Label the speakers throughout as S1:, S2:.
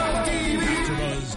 S1: AfterBuzz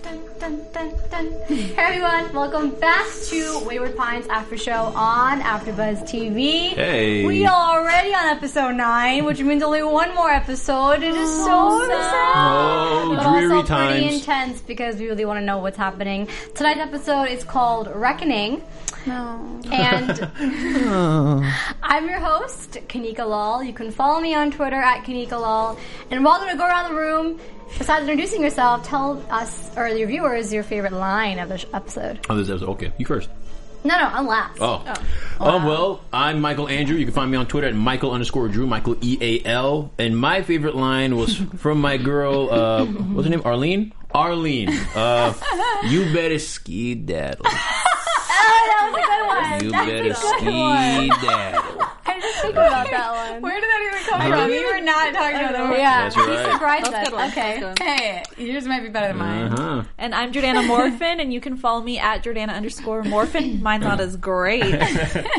S2: Dun, dun, dun, dun. Hey everyone, welcome back to Wayward Pines After Show on AfterBuzz TV.
S3: Hey.
S2: we are already on episode nine, which means only one more episode. It is Oh, so sad,
S3: Oh,
S2: but
S3: dreary
S2: also pretty
S3: times.
S2: intense because we really want to know what's happening. Tonight's episode is called Reckoning. And I'm your host, Kanika Lal. You can follow me on Twitter at Kanika Lal. And we're all going to go around the room. Besides introducing yourself, tell us or your viewers your favorite line of the sh- episode.
S3: Oh, this episode. Okay, you first.
S2: No, no, I'm last.
S3: Oh. Um, well, I'm Michael Andrew. You can find me on Twitter at Michael underscore Drew, Michael E A L. And my favorite line was from my girl, uh, what's her name? Arlene? Arlene. Uh, you better ski daddle.
S2: Oh, that was a good one.
S3: You
S2: That's
S3: better
S2: a good one.
S3: ski daddle.
S2: I didn't think about that one.
S4: Where did that even come
S3: I
S4: from?
S3: don't-
S4: We were not talking about that. one.
S2: Yeah,
S3: That's
S2: she
S3: right.
S2: surprised
S4: That's a
S2: us.
S4: good one.
S2: Okay.
S4: That's a good one. Hey, yours might be better than mine.
S3: Uh-huh.
S5: And I'm Jordana Morphin, and you can follow me at Jordana underscore Morphin. Mine's not as great.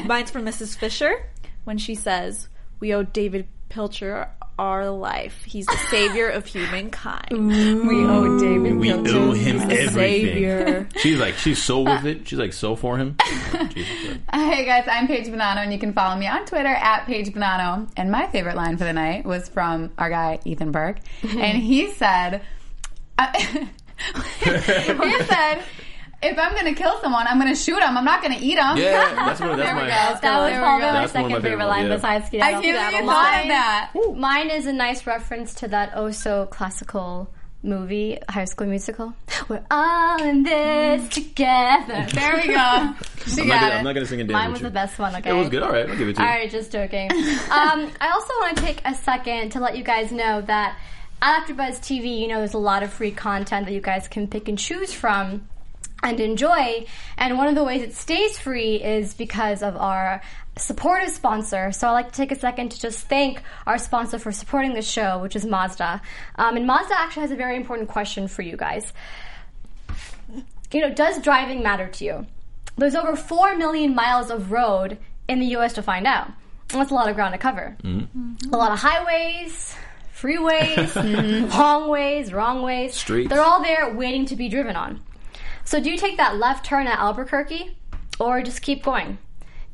S5: Mine's from Mrs. Fisher when she says, "We owe David Pilcher our life. He's the savior of humankind.
S4: We owe David.
S3: We
S4: Pilcher.
S3: owe him
S5: the
S3: everything.
S5: savior.
S3: She's like, she's so with it. She's like, so for him. Jesus Christ.
S4: Hey guys, I'm Paige Bonanno, and you can follow me on Twitter at Paige Bonanno. And my favorite line for the night was from our guy Ethan Burke, and he said, uh, "He said, if I'm going to kill someone, I'm going to shoot him. I'm not going to eat him."
S3: Yeah, that's one. That's
S4: There we
S3: my.
S4: go.
S2: Mm-hmm. That was
S4: There we
S2: probably
S4: go.
S2: my
S3: That's one of
S2: second
S3: my
S2: favorite
S3: favorite
S2: line
S3: ones, yeah.
S2: besides
S4: I
S2: Skedaddle.
S4: can't believe you
S2: Skedaddle.
S4: thought
S2: Mine-
S4: of that.
S2: Mine is a nice reference to that oh so classical movie, High School Musical. We're all in
S4: Mm-hmm.
S2: this together.
S4: There we go. She
S3: I'm not,
S4: got
S3: gonna,
S4: it.
S3: I'm not gonna sing and dance.
S2: Mine
S3: with
S2: was
S3: you.
S2: the best one. Okay,
S3: It was good. All right, I'll give it to you.
S2: All right, just joking. um, I also want to take a second to let you guys know that at AfterBuzz TV, you know, there's a lot of free content that you guys can pick and choose from and enjoy. And one of the ways it stays free is because of our supportive sponsor. So I'd like to take a second to just thank our sponsor for supporting the show, which is Mazda. Um, and Mazda actually has a very important question for you guys you know, does driving matter to you? There's over 4 million miles of road in the US to find out. That's a lot of ground to cover. A lot of highways, freeways, long ways, wrong ways.
S3: Streets.
S2: They're all there waiting to be driven on. So do you take that left turn at Albuquerque or just keep going?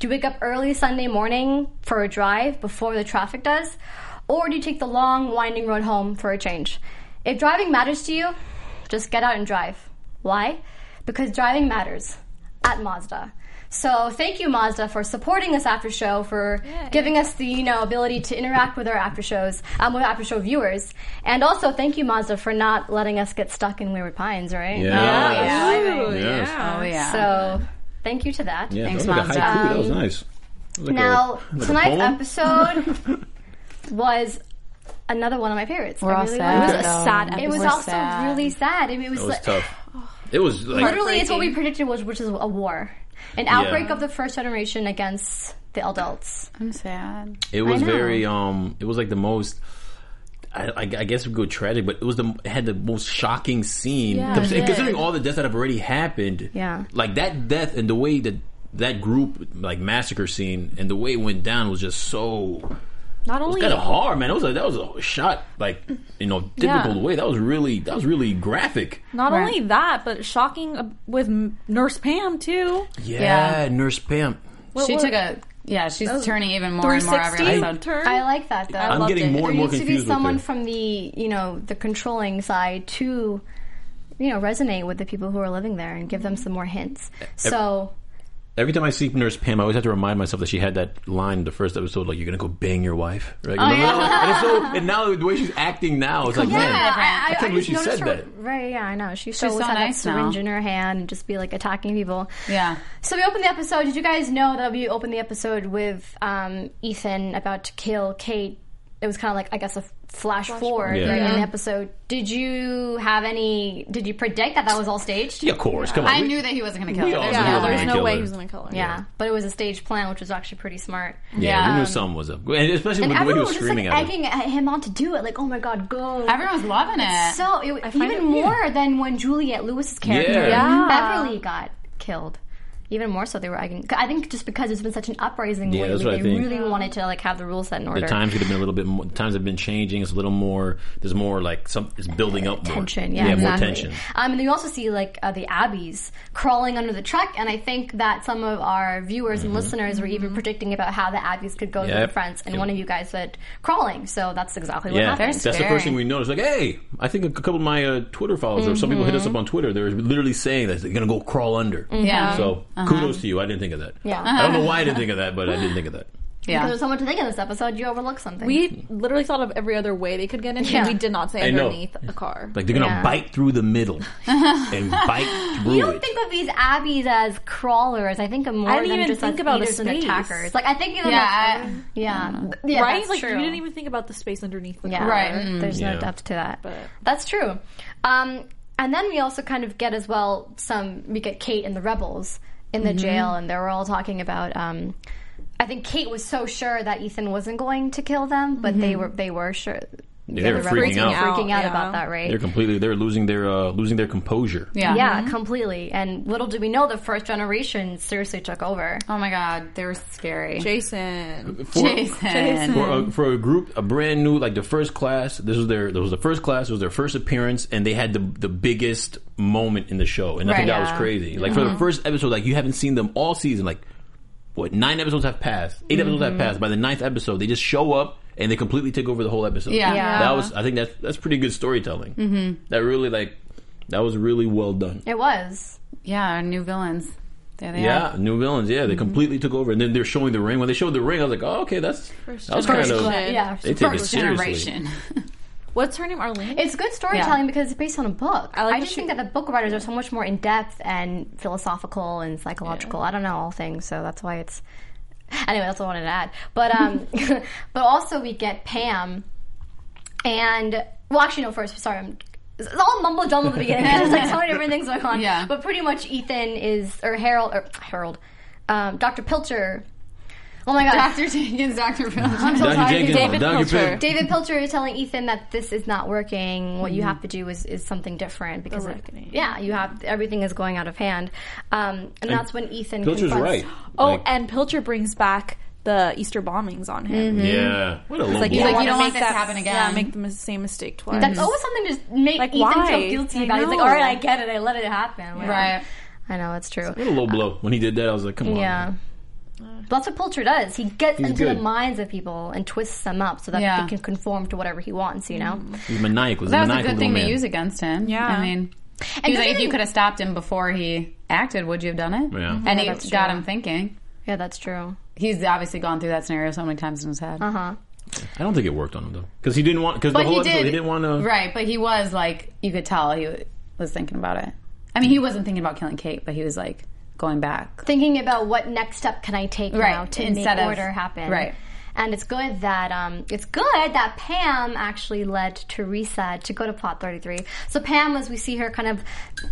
S2: Do you wake up early Sunday morning for a drive before the traffic does? Or do you take the long, winding road home for a change? If driving matters to you, just get out and drive. Why? Because driving matters at Mazda. So thank you, Mazda, for supporting us after show, for giving us the you know ability to interact with our after shows, um, with after show viewers, and also thank you, Mazda, for not letting us get stuck in Wayward Pines, right? Um,
S3: Yeah.
S4: Oh yeah.
S5: Ooh,
S3: Yes.
S4: Oh yeah.
S2: So thank you to that.
S3: Yeah, oh,
S4: Thanks,
S3: that was Like a
S4: Mazda.
S3: haiku. that was nice. That was like
S2: Now
S3: a, like a
S2: tonight's
S3: poem.
S2: episode was another one of my favorites.
S4: We're
S2: I
S4: all
S2: really
S4: sad,
S2: liked
S5: It was
S2: It It was
S4: though.
S5: a sad We're
S2: also really sad. I mean, it was,
S3: It was
S2: like-
S3: tough. It was like
S2: literally it's what we predicted was, which is a war, an outbreak
S3: Yeah.
S2: of the first generation against the adults.
S4: I'm sad.
S3: it was
S2: I know.
S3: very um. It was like the most. I, I, I guess we go tragic, but it was the it had the most shocking scene.
S5: Yeah,
S3: Cons-
S5: it did.
S3: considering all the deaths that have already happened.
S2: Yeah.
S3: like that death and the way that that group like massacre scene and the way it went down was just so
S5: Not
S3: it was
S5: only
S3: kind of hard, man. It was like that was a shot like you know difficult
S5: Yeah.
S3: way. That was really that was really graphic.
S5: not
S4: Right.
S5: only that, but shocking uh, with M- Nurse Pam too.
S3: Yeah,
S4: Yeah.
S3: Nurse Pam.
S4: she took a yeah. She's
S5: Oh.
S4: turning even more and more every
S5: 360
S4: episode.
S5: turn.
S2: I like that though.
S3: I'm
S5: loved
S3: getting
S5: it.
S3: more
S2: there
S3: and more
S2: needs to be
S3: confused with
S2: someone
S3: her.
S2: from the you know the controlling side to
S3: E-,
S2: you know resonate with the people who are living there and give them some more hints. So
S3: Every time I see Nurse Pam, I always have to remind myself that she had that line in the first episode, like "You're gonna go bang your wife." Right? Remember
S4: yeah.
S3: that? And, it's so, and now the way she's acting now, it's like,
S2: Oh, Yeah,
S3: man,
S2: I, I,
S3: can't
S2: I,
S3: believe
S2: just
S3: she
S2: noticed
S3: said
S2: her.
S3: that.
S2: Right, yeah, I know. She still
S4: so
S2: always had
S4: nice
S2: that syringe
S4: now.
S2: in her hand and just be like attacking people.
S4: Yeah.
S2: So we opened the episode. Did you guys know that we opened the episode with um, Ethan about to kill Kate? It was kind of like I guess a f- flash, forward
S3: Yeah.
S2: in the episode. Did you have any? Did you predict that that was all staged?
S3: Yeah, of course. Come on.
S4: I
S3: We-
S4: knew that he wasn't going to kill
S3: we
S4: her.
S3: all
S4: There's
S3: knew
S4: no
S3: that
S4: other
S5: there
S3: was
S5: was
S3: gonna
S4: way.
S5: no
S3: kill
S5: way
S3: her.
S5: he was going to kill her.
S2: Yeah, but it was a staged plan, which was actually pretty smart.
S3: Yeah, we
S4: Yeah.
S3: knew something was up, and especially
S2: And
S3: with the way
S2: everyone was
S3: he was
S2: just
S3: screaming
S2: like
S3: at her.
S2: egging at him on to do it. Like, oh my god, go!
S4: Everyone's loving it.
S2: So it, even
S5: find it weird.
S2: more than when Juliet Lewis's character
S3: Yeah. Yeah.
S2: Beverly got killed. Even more so, they were. egging- I think just because it's been such an uprising
S3: Yeah, that's
S2: lately,
S3: what
S2: they
S3: I think.
S2: really wanted to like have the rules set in order.
S3: The times could have been a little bit. more... The times have been changing. It's a little more. There's more like some. It's building up more
S2: tension, yeah,
S3: more
S2: exactly.
S3: tension.
S2: Um, and then you also see like uh, the abbeys crawling under the truck, and I think that some of our viewers and listeners were even
S5: Mm-hmm.
S2: predicting about how the abbeys could go to
S3: Mm-hmm. Yep.
S2: the fronts, and
S3: Yep.
S2: one of you guys said crawling. So that's exactly what
S3: Yeah,
S2: happened.
S3: that's the
S4: scary.
S3: first thing we noticed. Like, hey, I think a couple of my uh, Twitter followers or some people hit us
S2: Mm-hmm.
S3: up on Twitter. They're literally saying that they're gonna go crawl under.
S4: Yeah.
S3: So kudos to you. I didn't think of that.
S2: Uh-huh. Yeah.
S3: I don't know why I didn't think of that, but I didn't think of that.
S2: Because
S4: yeah.
S2: there's so much to think in this episode, you overlook something.
S5: We literally thought of every other way they could get in,
S2: Yeah.
S5: and we did not say
S3: I know.
S5: underneath a car.
S3: Like they're gonna
S2: Yeah.
S3: bite through the middle and bite through
S2: You don't
S3: it.
S2: think of these abbeys as crawlers. I think of more
S5: I didn't
S2: than
S5: even
S2: just
S5: think
S2: as
S5: about the
S2: eaters and
S5: space.
S2: attackers. Like I think of them
S4: Yeah,
S2: as-
S4: I-
S2: yeah, yeah,
S5: right?
S2: that's
S5: like
S2: true.
S5: you didn't even think about the space underneath the
S2: yeah.
S5: car.
S4: Right. Mm.
S2: There's
S3: Yeah.
S2: no depth to that.
S5: But-
S2: that's true. Um, and then we also kind of get as well some. We get Kate and the rebels in the jail, and they were all talking about. Um, I think Kate was so sure that Ethan wasn't going to kill them, but they were they were sure.
S3: they
S2: the
S3: were
S2: rebels
S3: freaking
S2: were
S3: out.
S2: freaking out
S5: Yeah.
S2: about that, right?
S3: They're completely. They're losing their uh, losing their composure.
S4: Yeah.
S2: yeah, completely. And little did we know the first generation seriously took over.
S4: Oh my God. They were scary.
S5: Jason.
S3: For,
S4: Jason.
S3: For a, for a group, a brand new, like the first class. This was their. This was the first class. It was their first appearance, and they had the the biggest moment in the show. And I think
S2: Right.
S3: that was
S2: Yeah.
S3: crazy. Like for the first episode, like you haven't seen them all season. Like what? Nine episodes have passed. 8 episodes have passed. By the ninth episode, they just show up and they completely take over the whole episode.
S4: Yeah.
S2: Yeah.
S3: that was. I think that's that's pretty good storytelling. Mm-hmm. That really like that was really well done.
S2: It was.
S4: Yeah. Our new villains. There they are.
S3: Yeah, new villains. Yeah, they completely took over, and then they're showing the ring. When they showed the ring, I was like, "Oh, okay, that's that was kind
S5: generation.
S3: of
S5: First
S2: Yeah.
S3: they take it
S4: First
S3: seriously."
S4: generation.
S5: What's her name? Arlene.
S2: It's good storytelling because it's based on a book. I,
S5: like that
S2: just
S5: she-
S2: think that the book writers are so much more in depth and philosophical and psychological. I don't know all things, so that's why it's. Anyway, that's what I wanted to add. But um, but also we get Pam, and well, actually no. First, sorry, I'm. It's all mumble jumble at the beginning. There's like so many different things going on.
S4: Yeah.
S2: But pretty much Ethan is or Harold or Harold, um, Doctor Pilcher. Oh my God,
S4: Dr. Jenkins, Dr. Phil.
S2: so
S3: Dr.
S2: sorry.
S3: Jenkins,
S5: David
S3: Dr.
S5: Pilcher.
S3: Pil-
S2: David Pilcher is telling Ethan that this is not working. What you have to do is, is something different because it-
S5: reckoning.
S2: yeah, you have everything is going out of hand, um, and, that's when Ethan
S3: Pilcher's
S2: confronts-
S3: right.
S5: oh,
S3: Like,
S5: and Pilcher brings back the Easter bombings on him.
S2: Mm-hmm.
S3: yeah, what a low
S5: Like,
S3: blow.
S5: you don't
S4: Like, you
S5: wanna
S4: don't want
S5: make
S4: this
S5: that-
S4: to happen
S5: Yeah,
S4: again.
S5: make the mis- same mistake twice.
S2: That's always something to make
S5: Like,
S2: Ethan feel
S5: why?
S2: guilty
S5: I
S2: about. it. He's like,
S5: know.
S2: all right, I get it. I let it happen. Like,
S4: Right.
S2: I know it's true.
S3: what a low blow. When he did that, I was like, "Come on."
S2: Yeah. But that's what Pilcher does. He gets into the
S3: good.
S2: minds of people and twists them up so that
S4: Yeah.
S2: they can conform to whatever he wants. You know.
S3: he's maniacal. He's a
S4: That was a
S3: maniacal
S4: good thing
S3: little
S4: to
S3: man.
S4: use against him.
S5: Yeah.
S4: I mean, he was
S2: doesn't
S4: like, if
S2: he-
S4: you could have stopped him before he acted, would you have done it?
S3: Yeah.
S4: And
S2: Yeah,
S4: he
S2: that's
S4: got
S2: true.
S4: him thinking.
S2: Yeah, that's true.
S4: He's obviously gone through that scenario so many times in his head.
S2: Uh huh.
S3: I don't think it worked on him though, because he didn't want. Because the
S4: But
S3: whole
S4: he
S3: episode,
S4: did.
S3: he didn't want to.
S4: Right, but he was like, you could tell he w- was thinking about it. I mean, he wasn't thinking about killing Kate, but he was like going back.
S2: thinking about what next step can I take
S4: Right,
S2: now to
S4: instead
S2: make
S4: of-
S2: order happen.
S4: right.
S2: And it's good that um, it's good that Pam actually led Teresa to go to plot 33. So Pam, as we see her kind of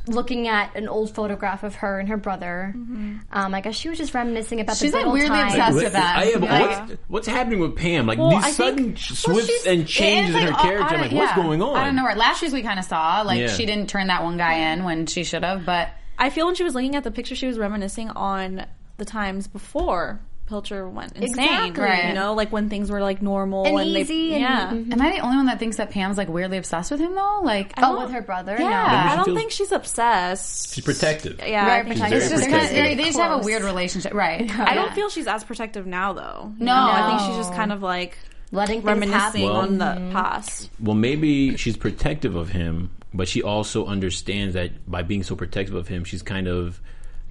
S2: looking at an old photograph of her and her brother, um, I guess she was just reminiscing about
S4: Mm-hmm. She's,
S2: the
S4: like,
S2: good old
S4: weirdly
S2: times.
S4: obsessed. That's
S3: What-
S4: with that.
S3: I have,
S4: Yeah.
S3: what's, what's happening with Pam? Like
S5: Well, I
S3: these sudden
S5: think-
S3: sh-
S4: Well,
S3: swifts
S4: she's-
S3: and changes
S4: it's
S3: in her
S4: like, oh,
S3: character. I'm
S4: I
S3: like,
S4: don't-
S3: what's
S4: yeah.
S3: going on?
S4: I don't know. Where last week we kind of saw like
S3: Yeah.
S4: she didn't turn that one guy in when she should have, but
S5: I feel when she was looking at the picture, she was reminiscing on the times before Pilcher went insane.
S2: Exactly.
S5: You know, like when things were like normal
S2: And
S5: and,
S2: easy
S5: They,
S2: and-
S5: yeah.
S4: am I the only one that thinks that Pam's like weirdly obsessed with him though? Like,
S5: I
S2: Oh,
S5: don't-
S2: with her brother?
S5: Yeah,
S3: Maybe
S5: I
S3: she
S5: don't
S3: feels-
S5: think she's obsessed.
S3: She's protective.
S5: Yeah,
S2: Very
S5: I think
S2: protective.
S5: she's
S3: It's
S4: just
S3: Very
S5: just
S4: kinda-
S5: kind
S3: protective.
S4: they, they just have a
S2: Close.
S4: weird relationship, right?
S5: I don't feel she's as protective now, though.
S4: No.
S5: I think she's just kind of like
S2: No, letting things happen.
S5: reminiscing
S3: Well-
S5: on the past.
S3: Well, maybe she's protective of him, but she also understands that by being so protective of him, she's kind of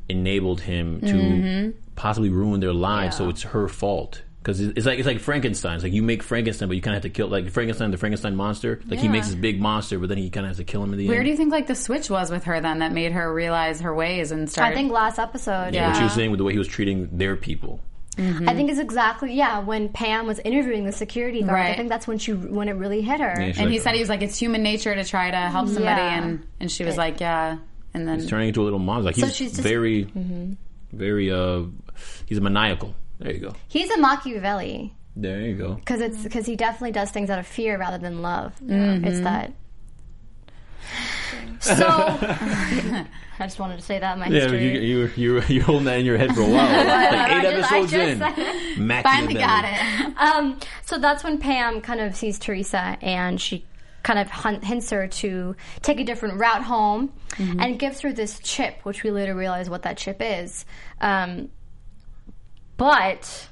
S3: enabled him to
S4: Mm-hmm.
S3: possibly ruin their lives. So it's her fault. Because it's like it's like Frankenstein's. Like you make Frankenstein, but you kind of have to kill like Frankenstein, the Frankenstein monster. Like he
S4: Yeah.
S3: makes this big monster, but then he kind of has to kill him in the
S4: Where
S3: end.
S4: do you think like the switch was with her then that made her realize her ways and start?
S2: I think last episode.
S3: yeah. What she was
S4: Yeah.
S3: saying with the way he was treating their people.
S2: I think it's exactly yeah when Pam was interviewing the security guard. I
S4: Right.
S2: think that's when she when it really hit her.
S3: Yeah, she's
S4: and
S3: like,
S4: he said he was like, it's human nature to try to help somebody,
S2: Yeah.
S4: and and she was like, yeah, and then
S3: he's turning into a little monster. Like he's
S2: she's just-
S3: very,
S4: Mm-hmm.
S3: very. uh He's maniacal. There you go.
S2: He's a Machiavelli
S3: There you go.
S2: because it's because he definitely does things out of fear rather than love.
S3: Mm-hmm.
S2: It's that. So I just wanted to say that in my
S3: Yeah,
S2: history.
S3: you you you you're holding that in your head for a while. like eight
S2: I just- I
S3: episodes
S2: just-
S3: in,
S4: finally got it.
S2: Um, so that's when Pam kind of sees Teresa and she kind of hun- hints her to take a different route home
S3: Mm-hmm.
S2: and gives her this chip, which we later realize what that chip is. Um, but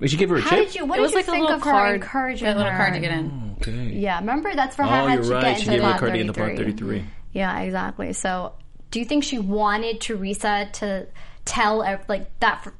S3: Wait, she gave her a
S2: how
S3: chip.
S2: did you? What did
S5: It was
S2: you
S5: like a
S2: think
S5: little
S2: of her
S5: card.
S2: encouraging
S4: That little
S2: her?
S4: card to get
S3: Mm.
S4: in.
S3: Okay.
S2: Yeah, remember that's for how
S3: Oh,
S2: how
S3: you're
S2: she
S3: right.
S2: get
S3: She
S2: into
S3: gave her a
S2: Plot
S3: card to get into Plot
S2: 33.
S3: 33.
S2: Yeah, exactly. So, do you think she wanted Teresa to tell ev- like that for,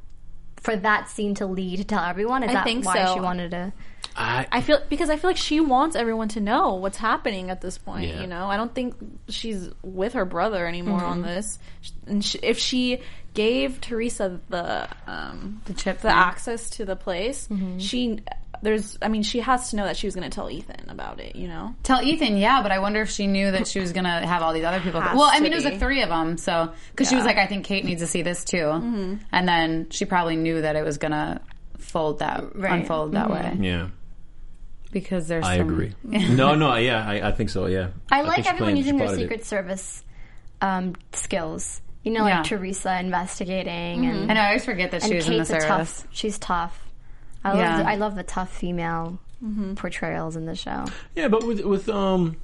S2: for that scene to lead to tell everyone? Is
S5: I
S2: that
S5: think
S2: why
S5: so.
S2: she wanted to?
S3: I,
S5: I feel because I feel like she wants everyone to know what's happening at this point.
S3: Yeah.
S5: You know, I don't think she's with her brother anymore on this. Sh- And sh if she gave Teresa the um, the Mm-hmm.
S4: chip
S5: the
S4: thing.
S5: access to the place, she there's I mean she has to know that she was going to tell Ethan about it. You know,
S4: Tell Ethan, yeah, but I wonder if she knew that she was gonna have all these other people.
S5: Has
S4: Well, I mean,
S5: to
S4: it was
S5: be.
S4: like three of them, so because she was like, I think Kate needs to see this too,
S2: Mm-hmm.
S4: and then she probably knew that it was gonna fold that unfold that
S2: Mm-hmm.
S4: way
S3: yeah,
S4: because there's.
S3: I
S4: some-
S3: agree. no, no, yeah, I, I think so. Yeah,
S2: I
S3: think
S2: like
S3: she
S2: everyone
S3: planned- she
S2: using their
S3: plotted it.
S2: Secret Service um, skills. You know,
S4: Yeah. Mm-hmm.
S2: like Teresa investigating and,
S4: I know. I always forget that she
S2: and
S4: was in the
S2: Kate's a
S4: service.
S2: tough. She's tough. I love
S4: Yeah. Mm-hmm.
S2: the, I love the tough female portrayals in the show.
S3: Yeah, but with with um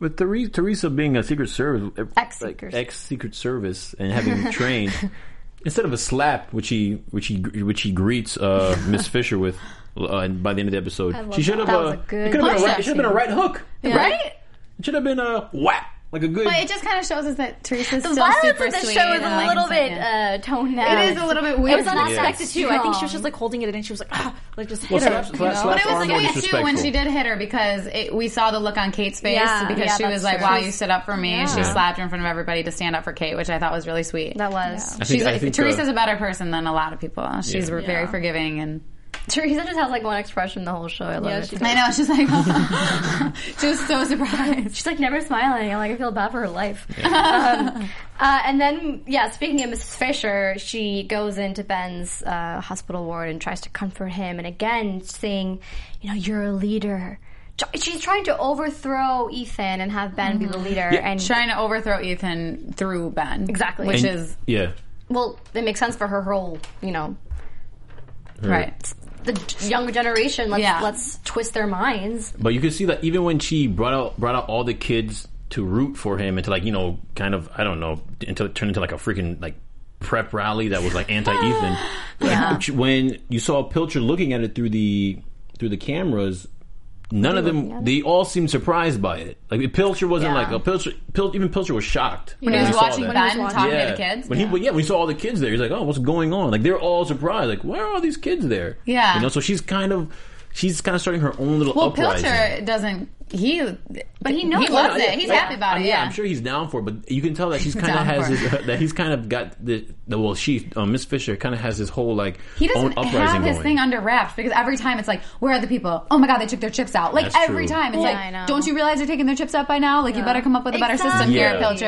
S3: with Therese, Teresa being a Secret Service
S2: Ex-Secret-
S3: ex Secret Service and having trained instead of a slap, which he which he which he greets uh, Miss Fisher with. Uh, by the end of the episode, she should have.
S2: that. That
S3: uh,
S2: was a good
S3: it could have been a
S4: punch-up
S3: right, it should have been a
S2: scene.
S3: right hook.
S4: right?
S3: It should have been a whap, like a good.
S4: But it just kind of shows us that Teresa's
S2: The
S4: still
S2: violence
S4: super
S2: of the
S4: sweet.
S2: show is
S4: and,
S2: a
S4: like,
S2: little bit
S4: yeah.
S2: uh, toned down.
S4: it is a little bit weird.
S5: it was unexpected too. Um, I think she was
S2: strong.
S5: just like holding it in and she was like, ah, like just hit
S3: Well,
S5: her.
S3: slaps-
S5: you
S3: slaps- slaps
S5: know?
S4: But it was
S3: Arnold is
S4: like we too when
S3: respectful.
S4: she did hit her because it, we saw the look on Kate's face
S5: Yeah.
S4: because
S2: Yeah,
S4: she
S2: that's
S4: was like,
S2: true.
S4: "Wow, you stood up for me." She
S5: Yeah.
S4: slapped her in front of everybody to stand up for Kate, which I thought was really sweet.
S2: That was.
S3: I think-
S4: She's
S3: I
S4: like,
S3: think, uh,
S4: Teresa's a better person than a lot of people. She's
S3: Yeah.
S4: very
S5: Yeah.
S4: forgiving and
S2: Teresa just has like one expression the whole show. I love
S5: Yeah,
S2: it.
S5: she
S2: She's,
S5: did.
S4: I know she's like she was so surprised.
S2: like never smiling. I'm like I feel bad for her life. Um, uh, and then yeah, speaking of Mrs. Fisher, she goes into Ben's uh, hospital ward and tries to comfort him, and again saying, you know, you're a leader. Tr- She's trying to overthrow Ethan and have Ben be
S5: Mm-hmm.
S2: the leader. and
S4: Trying to overthrow Ethan through Ben.
S2: Exactly.
S4: Which
S3: And-
S4: is
S3: yeah,
S2: well, it makes sense for her whole, you know,
S4: right.
S2: the younger generation. Let's
S4: Yeah.
S2: let's twist their minds.
S3: But you can see that even when she brought out brought out all the kids to root for him and to like you know kind of I don't know into turn into like a freaking like prep rally that was like anti Ethan. When you saw Pilcher looking at it through the through the cameras. None of them. They all seemed surprised by it. Like Pilcher wasn't
S2: Yeah.
S3: like a Pilcher. Pil, even Pilcher was shocked
S4: When he was
S3: saw
S4: watching
S3: that.
S4: Ben
S2: watching-
S4: talking
S3: yeah.
S4: to the kids.
S3: When he, yeah, when he saw all the kids there, he's like, "Oh, what's going on?" Like they're all surprised. Like, why are all these kids there?
S4: Yeah.
S3: you know. So she's kind of, she's kind of starting her own little.
S4: well,
S3: uprising.
S4: Pilcher doesn't. He, but
S2: he knows.
S4: He loves
S2: Yeah,
S4: it. He's
S3: Like,
S4: happy about
S3: I
S4: it.
S3: mean,
S4: Yeah.
S3: I'm sure he's down for it, but you can tell that she's kind of
S4: Down
S3: has
S4: for
S3: his, that he's kind of got the, the well, she uh, Miss Fisher kind of has this whole like
S4: He
S3: own
S4: doesn't
S3: uprising
S4: have his
S3: going.
S4: thing under wraps because every time it's like, where are the people? Oh my god, they took their chips out. Like
S3: That's
S4: every
S3: true.
S4: time it's
S2: I know.
S4: like, don't you realize they're taking their chips out by now? Like you better come up with a better system, here,
S3: Yeah.
S4: Pilcher.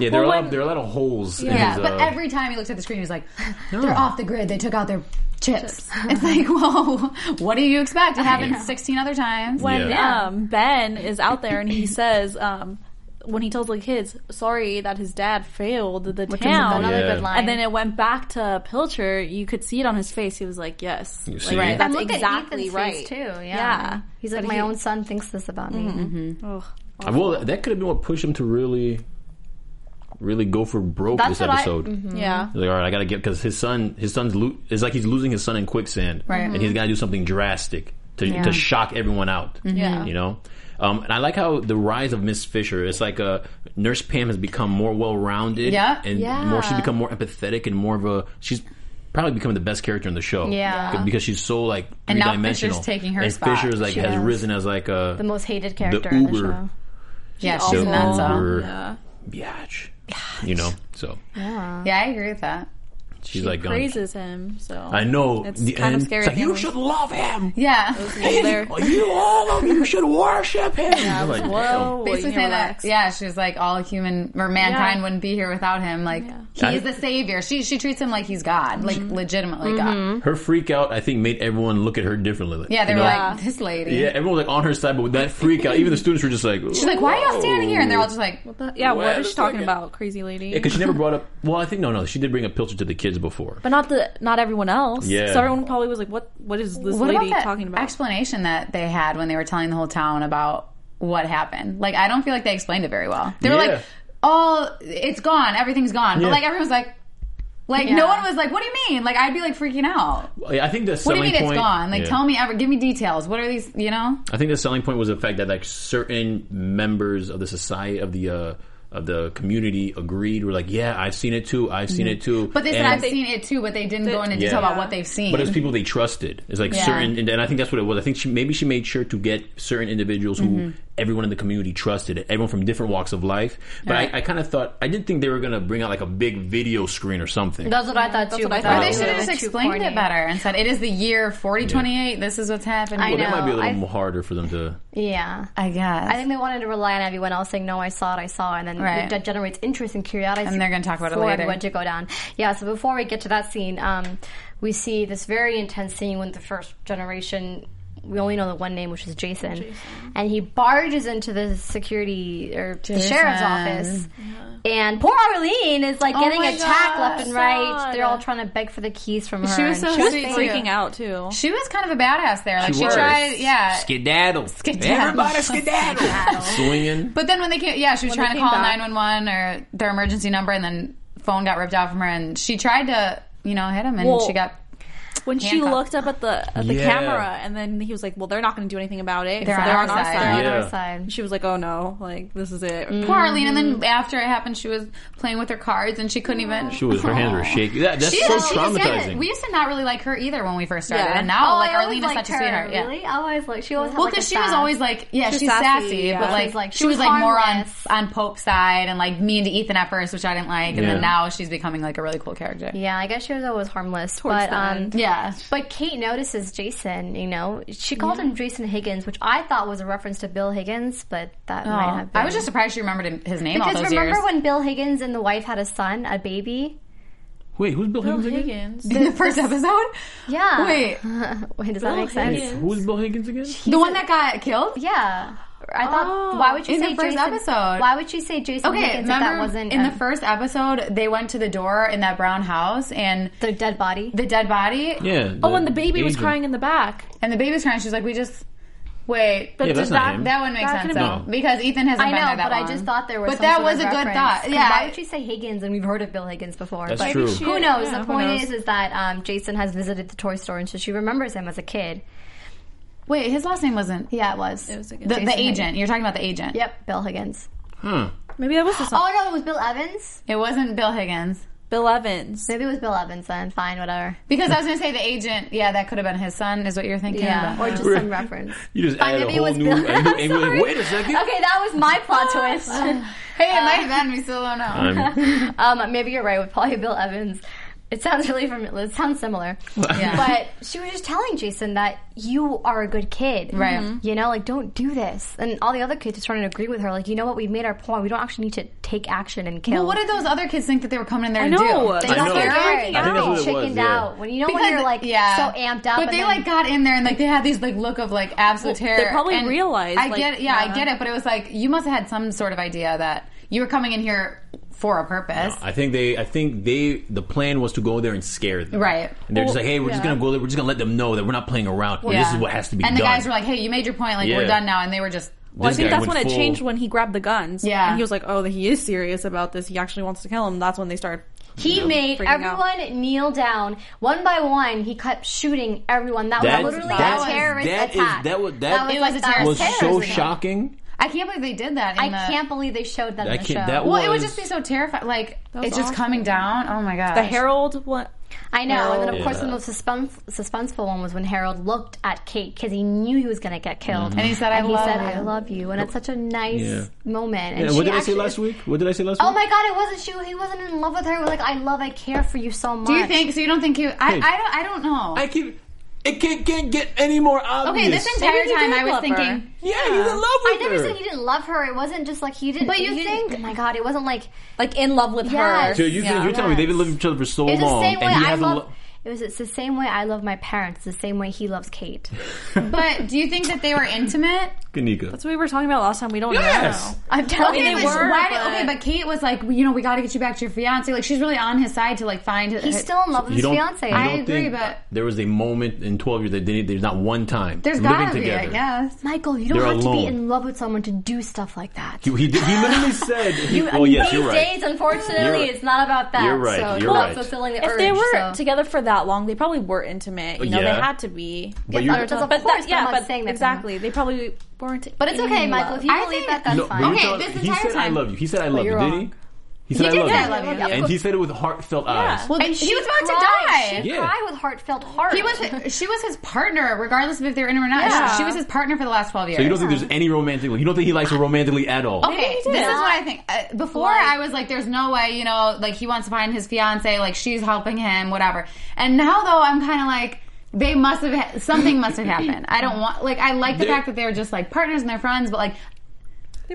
S3: yeah, there are, a lot, there are a lot of holes. in
S4: Yeah,
S3: his,
S4: but
S3: uh,
S4: every time he looked at the screen, he was like, "They're off the grid. They took out their chips." It's like, whoa, what do you expect? It happened sixteen other times.
S5: when
S3: Yeah.
S5: um, Ben is out there and he says, um, when he tells the kids, sorry that his dad failed the town.
S2: Another
S3: Yeah.
S2: good line.
S5: And then it went back to Pilcher. You could see it on his face. He was like, "Yes,
S3: You
S5: Like,
S3: see? Right.
S2: And
S5: that's
S2: look at
S5: exactly
S2: Ethan's
S5: right."
S2: face, too. Yeah. Mm-hmm.
S5: Yeah.
S2: He's like,
S5: But
S2: my
S5: he-
S2: own son thinks this about me.
S5: Ugh.
S3: well, that could have been what pushed him to really, really go for broke
S2: That's
S3: this
S2: what I-
S3: episode.
S5: Yeah,
S3: He's like, all right, I gotta get because his son, his son's lo- it's like he's losing his son in quicksand,
S4: Right.
S3: and he's gotta do something drastic to to shock everyone out.
S5: Yeah.
S3: you know. Um, and I like how the rise of Miss Fisher. It's like uh, Nurse Pam has become more well-rounded,
S4: Yeah.
S3: and
S2: Yeah.
S3: more she's become more empathetic and more of a she's. Probably becoming the best character in the show,
S4: Yeah.
S3: because she's so like three
S4: And now
S3: dimensional.
S4: Fisher's taking her
S3: and
S4: spot.
S3: Fisher's like
S2: She
S3: has
S2: is.
S3: risen as like a
S2: the most hated character in the
S3: Uber.
S2: show.
S4: Yeah,
S5: She's
S4: she's
S5: also-
S4: not so.
S3: Uber
S5: Yeah.
S3: biatch, you know. So
S4: Yeah, I agree with that.
S3: she's
S5: She
S3: like, going,
S5: praises him. So
S3: I know.
S5: It's
S3: the
S5: kind of
S3: end,
S5: scary
S3: It's like, you
S5: feeling.
S3: should love him.
S4: Yeah.
S5: There.
S3: Well, you all of you should worship him. You're like,
S5: Whoa, you
S4: Basically saying that,
S5: relax.
S4: yeah, she was like all human or mankind
S5: Yeah.
S4: wouldn't be here without him. Like
S3: Yeah.
S4: he is the savior. She she treats him like he's God, like legitimately God.
S3: damn. her freak out, I think, made everyone look at her differently.
S4: Yeah, they
S3: You
S4: were
S3: know?
S5: Yeah.
S4: like this lady.
S3: yeah, everyone was like on her side, but with that freak out, even the students were just like,
S4: She's like, why are y'all standing here? And they're all just like,
S5: But yeah,
S3: Wait
S5: what
S3: a
S5: is she talking
S3: second.
S5: about, crazy lady?
S3: because she never brought up. Well, I think no, no, she did bring a pilcher to the kids before.
S5: but not the not everyone else.
S3: Yeah.
S5: So everyone probably was like, "What? What is this
S4: what
S5: lady
S4: about that
S5: talking about?"
S4: explanation that they had when they were telling the whole town about what happened? Like, I don't feel like they explained it very well. They were
S3: Yeah.
S4: like, "Oh, it's gone. Everything's gone."
S3: Yeah.
S4: But like, everyone's like, like no
S2: Yeah.
S4: one was like, "What do you mean?" Like, I'd be like freaking out. What
S3: I I think the selling
S4: do you mean
S3: point,
S4: it's gone? Like,
S3: Yeah.
S4: tell me, ever give me details. What are these? You know?
S3: I think the selling point was the fact that like certain members of the society of the uh, of the community agreed. Were like, yeah, I've seen it too. I've seen it too.
S4: Mm-hmm. But they said
S3: And-
S4: I've seen it too, but they didn't go into
S3: Yeah.
S4: detail about what they've seen.
S3: But it's people they trusted. It's like
S4: Yeah.
S3: certain, and, and I think that's what it was. I think she, maybe she made sure to get certain individuals
S4: Mm-hmm.
S3: who everyone in the community trusted, everyone from different walks of life. But
S4: Right.
S3: I, I kind of thought I didn't think they were going to bring out like a big video screen or something.
S2: That's what I thought too.
S5: what I
S2: but
S5: thought.
S2: that
S4: or they
S2: was
S4: should
S2: a
S4: have
S2: little
S4: just
S2: too
S4: explained
S2: corny.
S4: it better and said it is the year 4028. This is what's happening.
S2: I
S3: well, that
S2: know.
S3: might be a little
S2: I-
S3: more harder for them to.
S2: Yeah.
S4: I guess.
S2: I think they wanted to rely on everyone else saying, no, I saw it, I saw it. And then
S4: Right.
S2: that generates interest and curiosity.
S4: And they're gonna talk about it
S2: for
S4: later.
S2: everyone to go down. Yeah, so before we get to that scene, um, we see this very intense scene when the first generation, we only know the one name, which is Jason. And he barges into the security or the
S4: Jason.
S2: sheriff's office. And poor Arlene is like getting
S4: Oh my
S2: attacked
S4: gosh.
S2: left and right.
S5: God.
S2: They're all trying to beg for the keys from her.
S4: She was
S2: and she
S4: so
S5: She was
S4: sweet too.
S5: freaking out too.
S4: She was kind of a badass there. Like she,
S3: was.
S4: tried, yeah.
S3: Skedaddle,
S4: Skedaddle.
S3: everybody skedaddle, swinging.
S4: But then when they came, yeah, she was
S5: When
S4: trying to
S5: they
S4: call
S5: came back.
S4: nine one one or their emergency number, and then phone got ripped out from her, and she tried to, you know, hit him, and
S5: Well-
S4: she got.
S5: When she
S4: handcuffed.
S5: looked up at the at the
S3: Yeah.
S5: camera, and then he was like, "Well, they're not going to do anything about it.
S4: They're
S5: so
S4: on
S5: they're
S4: our
S5: on our
S4: side."
S5: side."
S2: on
S3: Yeah.
S2: our side.
S5: And she was like, "Oh no, like this is it."
S4: Poor Arlene, and then after it happened, she was playing with her cards, and she couldn't even.
S3: She was her hands were shaking. That, that's so
S4: she was
S3: traumatizing.
S4: We used to not really like her either when we first started,
S5: Yeah.
S4: and now oh, like
S2: Oh, I
S4: Arlene
S2: always
S4: is such a
S2: liked her,
S4: sweetheart. Yeah.
S2: Really? I always like she always had,
S4: Well,
S2: like, a
S4: because she was
S2: sass.
S4: always like, yeah,
S5: was
S4: she's
S5: sassy,
S4: sassy,
S5: yeah.
S4: but
S5: She
S4: like,
S2: was, like-
S4: she,
S2: she
S4: was,
S2: was
S4: like more on
S2: harmless.
S4: on Pope's side and like mean to Ethan at first, which I didn't like, and
S3: Yeah.
S4: then now she's becoming like a really cool character.
S2: Yeah, I guess she was always harmless.
S5: Towards
S2: but
S5: the
S2: um,
S5: end.
S4: Yeah.
S2: but Kate notices Jason. You know, she called him Jason Higgins, which I thought was a reference to Bill Higgins, but that might
S4: Oh,
S2: have been.
S4: I was just surprised she remembered him- his name all
S2: because
S4: those
S2: remember
S4: years.
S2: when Bill Higgins and the wife had a son, a baby?
S3: Wait, who's Bill, Higgins again?
S5: Higgins.
S4: in the first episode?
S2: Yeah.
S4: Wait,
S2: Wait, does that make sense?
S5: Higgins.
S3: Who's Bill Higgins again?
S4: the one that got killed?
S2: Yeah. I thought. why would you
S4: Oh, in the
S2: say
S4: first
S2: Jason?
S4: episode.
S2: Why would you say Jason
S4: Okay,
S2: Higgins if
S4: remember
S2: that wasn't
S4: in
S2: a-
S4: the first episode they went to the door in that brown house and
S2: the dead body?
S4: the dead body
S3: Yeah.
S5: Oh, and the baby was
S3: agent.
S5: crying in the back.
S4: and the baby's crying. She's like, we just wait.
S5: But
S3: Yeah, that's
S5: does
S3: not
S5: that-
S3: him.
S4: That one makes
S5: That
S4: sense
S5: could've
S4: though,
S3: been-
S4: because Ethan hasn't
S2: I
S4: been
S2: know,
S4: there that
S2: but I
S4: long.
S2: just thought there was.
S4: But
S2: some
S4: that
S2: sort
S4: was
S2: of
S4: a good
S2: reference.
S4: thought.
S2: 'Cause
S4: Yeah,
S2: Why would you say Higgins? And we've heard of Bill Higgins before.
S3: That's
S2: but
S3: true.
S5: Maybe she-
S2: Who knows?
S5: yeah,
S2: the
S5: who
S2: point
S5: knows?
S2: is, is that um, Jason has visited the toy store, and so she remembers him as a kid.
S4: Wait, his last name wasn't.
S2: Yeah, it was. It
S5: was a
S4: The,
S5: good-
S4: the agent. You're talking about the agent.
S2: Yep, Bill Higgins.
S3: Huh.
S5: Maybe that was the song.
S2: Oh no, it was Bill Evans.
S4: It wasn't Bill Higgins.
S5: Bill Evans.
S2: Maybe it was Bill Evans. Then fine, whatever.
S4: Because I was going to say the agent. Yeah, that could have been his son, is what you're thinking.
S2: Yeah,
S4: about.
S2: or just some reference.
S3: You just
S2: Fine,
S3: add a
S2: maybe it
S3: whole
S2: was
S3: new,
S2: Bill-
S3: a new angle.
S2: Sorry.
S3: Like, Wait a second.
S2: Okay, that was my plot twist.
S4: hey, it might have been. We still don't know.
S3: I'm-
S2: Um, maybe you're right with probably Bill Evans. It sounds really familiar. It sounds similar. But she was just telling Jason that you are a good kid.
S4: Right. Mhm.
S2: You know, like, don't do this. And all the other kids just trying to agree with her. Like, you know what? We've made our point. We don't actually need to take action and kill.
S4: Well, what did those other kids think that they were coming in there
S5: I
S4: to
S5: know.
S4: do?
S5: They
S3: I know.
S2: don't
S3: I
S2: care.
S3: think
S2: I
S3: that's what it was,
S2: chickened
S3: yeah.
S2: out. When you know when you're like so amped up.
S4: But
S2: and
S4: they
S2: then-
S4: like got in there and like they had these like look of like absolute
S5: Well, they
S4: terror.
S5: probably
S4: And
S5: realized,
S4: I
S5: like,
S4: get it. Yeah,
S5: yeah.
S4: I get it. But it was like you must have had some sort of idea that you were coming in here for a purpose.
S3: Um, I think they, I think they, the plan was to go there and scare them.
S4: Right.
S3: And they're just like, hey, we're just
S5: yeah.
S3: gonna go there. We're just gonna let them know that we're not playing around.
S4: Yeah.
S3: This is what has to be
S4: And
S3: done.
S4: the guys were like, "Hey, you made your point. Like
S3: Yeah.
S4: we're done now." And they were just
S5: Well, I
S3: This
S5: think
S3: guy
S5: that's when
S3: went
S5: it
S3: full-
S5: changed when he grabbed the guns.
S4: Yeah.
S5: And he was like, oh, he is serious about this. He actually wants to kill him. That's when they started.
S2: He made
S5: freaking
S2: everyone kneel down one by one. He kept shooting everyone. That,
S3: That's-
S2: was literally
S3: that
S2: a
S3: was-
S2: terrorist
S3: that is-
S2: attack.
S3: that was- that
S2: was,
S4: It
S2: like
S4: was a
S2: that
S3: was
S4: terrorist
S3: so
S4: attack.
S3: shocking.
S4: I can't believe they did that. In
S2: I
S4: the,
S2: can't believe they showed that
S3: I
S2: in the show.
S3: can't- that
S4: Well, it would
S3: was-
S4: just be so terrifying. Like
S5: was
S4: it's just
S5: awful.
S4: coming down. Oh my god.
S5: The Herald, what?
S2: I know. And then, of
S3: Oh, Yeah.
S2: course, the most suspense, suspenseful one was when Harold looked at Kate because he knew he was going to get killed.
S3: Mm-hmm.
S4: And he said, "I
S2: and
S4: love
S2: he said,
S4: you."
S2: I love you. And it's such a nice
S3: Yeah.
S2: moment. And
S3: Yeah,
S2: she
S3: what did I say
S2: actually-
S3: last week? What did I say last
S2: Oh
S3: week?
S2: my God, it wasn't she. He wasn't in love with her. It was like, I love, I care for you so much.
S4: Do you think? So you don't think you? I,
S3: Hey.
S4: I don't. I don't know.
S3: I keep. It can't, can't get any more obvious.
S4: okay, this entire
S5: Maybe he
S4: time
S5: did
S4: I was
S5: love her.
S4: thinking.
S3: yeah, he's in love
S2: I
S3: with
S2: never
S3: her.
S2: said he didn't love her. It wasn't just like he didn't.
S4: But you
S2: he didn't-
S4: think-
S2: Oh my God, it wasn't like.
S5: Like in love with
S2: Yes.
S5: her.
S3: Dude, you,
S5: Yeah.
S3: you're telling me they've been living with each other for so
S2: It's
S3: long,
S2: the same way
S3: and he
S2: I
S3: hasn't.
S2: love.
S3: lo-
S2: it was. It's the same way I love my parents. The same way he loves Kate.
S4: But do you think that they were intimate?
S3: Kanika.
S5: That's what we were talking about last time. We don't
S3: Yes.
S5: know.
S2: I'm telling
S5: mean,
S2: you,
S5: they
S4: but
S5: were,
S4: why did-
S5: but-
S4: okay, but Kate was like, you know, we got to get you back to your fiance. Like she's really on his side to like find.
S2: he's still in love with
S3: You
S2: his
S3: don't,
S2: fiance.
S3: you don't
S4: I agree,
S3: think
S4: but-
S3: there was a moment in 12 years that they, there's not one time
S4: There's
S3: living
S4: gotta be,
S3: together.
S4: I guess.
S2: Michael, you don't
S3: They're
S2: have to be
S3: alone.
S2: in love with someone to do stuff like that.
S3: He, he, did- he literally said, he,
S2: You-
S3: "Well, yes,
S2: these
S3: you're right."
S2: days, unfortunately,
S3: You're-
S2: it's not about that.
S3: you're right,
S2: So it's
S3: you're
S2: not
S3: right.
S2: fulfilling the
S5: If
S2: urge.
S5: they were
S2: so.
S5: together for that long, they probably were intimate. You know,
S3: Yeah.
S5: they had to be.
S3: But you-
S2: That's
S5: but
S2: of
S5: that-
S2: course, but
S5: yeah,
S2: I'm not
S5: but
S2: saying that they're not.
S5: exactly, they probably weren't.
S2: But it's
S5: in
S2: okay, Michael.
S5: love.
S2: If you
S4: I
S2: believe
S4: think-
S2: that, that's
S3: No, but
S2: fine.
S3: you
S4: Okay,
S3: thought-
S4: this
S3: he
S4: entire
S3: said, "I
S4: time-
S3: love you." He said, "I love
S2: you're
S3: you." Did
S2: wrong.
S3: he? He said,
S4: did
S3: "I love
S4: say,
S3: you,"
S4: "I love you,"
S2: yeah, of
S3: and he said it with heartfelt eyes.
S5: Well,
S2: And
S4: And she was about to
S2: cried.
S4: die.
S2: She
S3: Yeah.
S2: cried with heartfelt heart.
S4: He was. She was his partner, regardless of if they were in or not.
S5: Yeah.
S4: She, she was his partner for the last twelve years.
S3: So you don't think there's any romantic? You don't think he likes her romantically at all?
S4: Okay,
S5: he
S4: this
S5: did.
S4: is what I think. Uh, before I was like, "There's no way," you know, like he wants to find his fiance, like she's helping him, whatever. And now though, I'm kind of like, they must have ha- something must have happened. I don't want like I like the
S3: They-
S4: fact that they were just like partners and they're friends, but like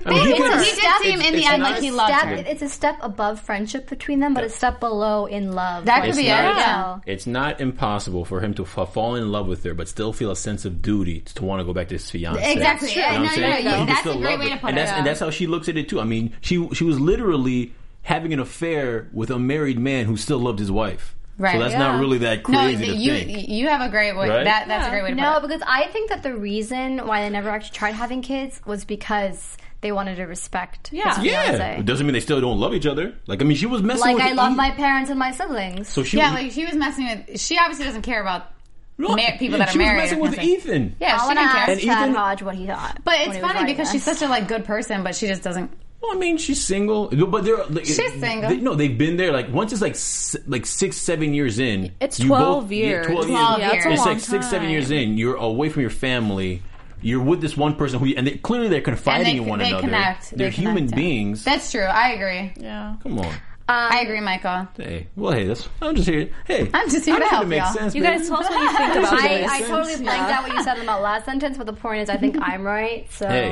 S3: I mean,
S4: he,
S3: could-
S2: a
S4: did, he did
S2: step-
S4: seem in
S3: it's
S4: the end
S3: not
S4: like
S3: a
S4: he loved
S2: step,
S4: her.
S2: It's a step above friendship between them, but a step below in love.
S4: That
S2: Like,
S4: could
S3: It's
S4: be it.
S3: not-
S4: Yeah.
S3: It's not impossible for him to fa- fall in love with her, but still feel a sense of duty to want to go back to his fiance.
S4: Exactly. Yeah,
S3: You know
S4: no,
S3: what I'm
S4: no, no,
S3: saying? But
S4: yeah,
S3: he can
S4: that's
S3: still
S4: a great
S3: love
S4: way
S3: her.
S4: to put
S3: and
S4: it,
S3: That's, and
S4: yeah.
S3: that's how she looks at it too. I mean, she she was literally having an affair with a married man who still loved his wife.
S4: Right.
S3: So that's
S2: Yeah.
S3: not really that
S4: No,
S3: crazy to
S4: you
S3: think.
S4: you have a great way.
S3: Right?
S4: That that's a great way to
S2: No,
S4: put it.
S2: because I think that the reason why they never actually tried having kids was because they wanted to respect. his
S5: Yeah.
S3: yeah,
S2: fiancé.
S3: it doesn't mean they still don't love each other. Like I mean, she was messing
S2: Like
S3: with
S2: I love
S3: he-
S2: my parents and my siblings.
S3: So she
S4: Yeah,
S3: was,
S4: like she was messing with. She obviously doesn't care about
S3: Look,
S4: mar-
S3: yeah,
S4: people that are
S3: she
S4: married.
S3: was messing
S4: or
S3: with
S4: something.
S3: Ethan.
S4: Yeah,
S2: I
S4: she
S2: want to
S4: didn't care.
S2: ask
S3: And
S2: Chad
S3: even-
S2: Hodge what he thought.
S4: But
S2: when
S4: it's
S2: he was
S4: funny
S2: writing
S4: because she's
S2: this.
S4: such a like good person, but she just doesn't.
S3: Well, I mean, she's single, but they're like,
S4: She's single.
S3: They, no, they've been there. Like once it's like s- like six, seven years in.
S5: It's
S3: you
S5: 12
S3: yeah,
S5: years.
S3: 12 years.
S4: 12 Yeah, it's a
S3: it's
S5: long
S3: like six, seven
S5: time.
S3: years in. You're away from your family. You're with this one person who, you, and they, clearly they're confiding
S4: And they-
S3: in one
S4: they
S3: another.
S4: connect. They
S3: They're
S4: connect,
S3: human
S4: yeah.
S3: beings.
S4: That's true. I agree.
S5: Yeah.
S3: Come on.
S4: I agree, Michael.
S3: Hey, well, hey, that's I'm just here. Hey,
S4: I'm just here
S3: I
S4: to
S3: need
S4: help
S3: make
S4: y'all.
S3: sense,
S5: You
S3: baby.
S5: guys tell us what you think about
S2: I,
S5: this.
S2: I totally blanked
S5: Yeah.
S2: out what you said in that last sentence, but the point is, I think I'm right. So
S3: Hey,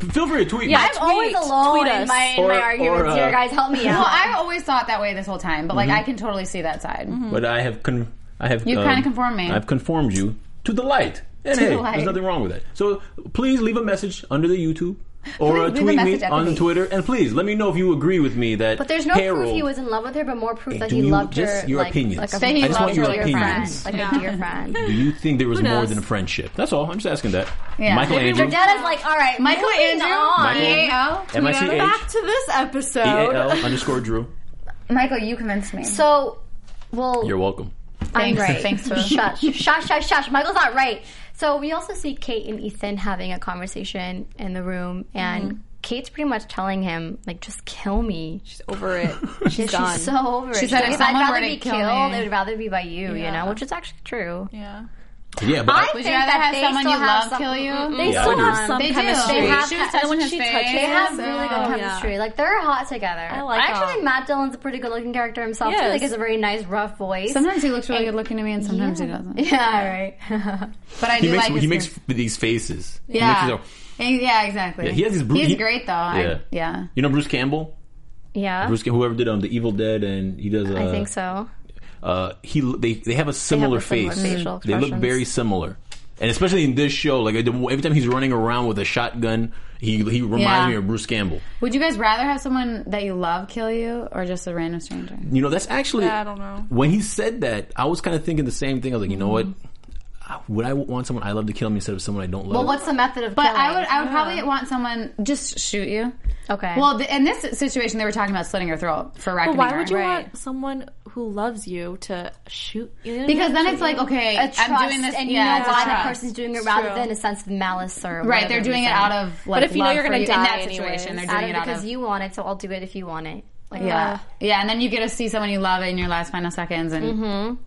S3: f- feel free to tweet.
S5: Yeah,
S3: me.
S2: I'm always
S5: Tweet-
S2: alone
S5: tweet
S2: in
S5: us.
S2: my, in
S3: Or-
S2: my arguments.
S3: or, uh,
S2: Here, guys, help me out.
S4: Well, I always thought that way this whole time, but like I can totally see that side.
S3: but I have con- I have um,
S4: You've Mm. kinda conformed me.
S3: I've conformed you to the light. And
S4: To
S3: hey,
S4: the light.
S3: there's nothing wrong with that. So please leave a message under the YouTube or
S4: Please
S3: uh,
S4: leave a
S3: tweet me
S4: message at the
S3: on
S4: page.
S3: Twitter, and please let me know if you agree with me that.
S2: but there's no proof
S3: Harold-
S2: he was in love with her, but more proof that
S3: do
S2: he
S3: you-
S2: loved
S3: just
S2: her
S3: your
S2: like,
S3: opinions.
S2: like a,
S3: That
S4: he
S2: like
S4: loved
S2: a
S4: her
S2: dear
S4: opinions.
S2: friend, like a dear friend.
S3: Do you think there was more
S5: knows?
S3: than a friendship? That's all. I'm just asking that.
S4: Yeah.
S3: Michael
S4: Maybe
S3: Andrew.
S2: Your dad is like, all right,
S4: Michael
S2: moving
S4: Andrew,
S2: on.
S3: Michael-
S2: uh,
S4: EAO.
S3: M I C H
S5: Back to this episode.
S3: E A L underscore Drew.
S4: Michael, you convinced me. So,
S2: So, well,
S3: You're welcome.
S2: I'm
S4: Thanks.
S2: right.
S4: Thanks for-
S2: shush, shush, shush, shush. Michael's not right. So we also see Kate and Ethan having a conversation in the room, and Kate's pretty much telling him, like, just kill me.
S5: She's over it. She's
S2: She's
S5: done.
S2: so over it. She's
S4: said,
S2: like,
S4: "If
S2: if I'd
S4: someone
S2: rather
S4: were to
S2: be
S4: kill
S2: killed,
S4: me-
S2: it would rather be by you, you
S5: Yeah.
S2: know, which is actually true.
S5: yeah.
S3: Yeah, but I,
S4: Would you rather have someone you love kill you?
S5: They
S3: Yeah,
S5: still
S3: I do.
S5: have some
S4: They do.
S5: chemistry.
S2: They have
S5: she
S2: to-
S5: was touching
S4: and when
S5: his
S4: she
S5: face,
S4: touches
S2: They have
S4: So-
S2: really
S5: oh,
S2: good
S5: yeah.
S2: chemistry. Like they're hot together. I
S5: like
S2: I actually
S5: that.
S2: think Matt Dillon's a pretty good looking character himself.
S5: Yes.
S2: Too. Like he has a very nice, rough voice.
S4: sometimes he looks really good looking to me, and sometimes he doesn't.
S2: yeah, right.
S4: But I do
S3: he makes
S4: like.
S3: he
S4: his-
S3: makes these faces. He
S4: Yeah.
S3: makes his-
S4: Eh, yeah, exactly.
S3: Yeah, he has his bru-
S4: He's
S3: he-
S4: great though. I, yeah.
S3: You know Bruce Campbell.
S2: yeah,
S3: Bruce, whoever did um, the Evil Dead, and he does. Uh,
S2: I think so.
S3: Uh, he they they have a similar
S2: a similar
S3: face.
S2: facial
S3: they look
S2: expressions.
S3: very similar, and especially in this show, like every time he's running around with a shotgun, he he reminds
S4: Yeah.
S3: me of Bruce Campbell.
S4: Would you guys rather have someone that you love kill you, or just a random stranger?
S3: You know, that's actually.
S5: Yeah, I don't know.
S3: When he said that, I was kind of thinking the same thing. I was like, you know what? would I want someone I love to kill me instead of someone I don't love?
S2: Well, what's the method of
S4: But
S2: killing?
S4: I would, I would probably want someone just shoot you.
S2: Okay.
S4: Well, th in this situation, they were talking about slitting your throat for
S5: But
S4: racketeering.
S5: why would you
S4: Right.
S5: want someone who loves you to shoot you?
S4: Because then it's like, okay,
S2: a trust,
S4: I'm doing this,
S2: and you
S4: yeah,
S2: know
S4: it's a
S2: why
S4: trust.
S2: the person's doing it rather
S5: true.
S2: than a sense of malice or
S4: right.
S2: whatever
S4: They're doing it
S2: reason.
S4: out of like,
S5: if you know
S4: love
S5: you're
S4: for
S5: gonna
S4: in
S5: die
S4: that
S5: anyways.
S4: situation, they're
S2: out
S4: doing
S2: of
S4: it out
S2: because
S4: of
S2: you want it, so I'll do it if you want it. Like,
S4: yeah, yeah. And then you get to see someone you love in your last final seconds, and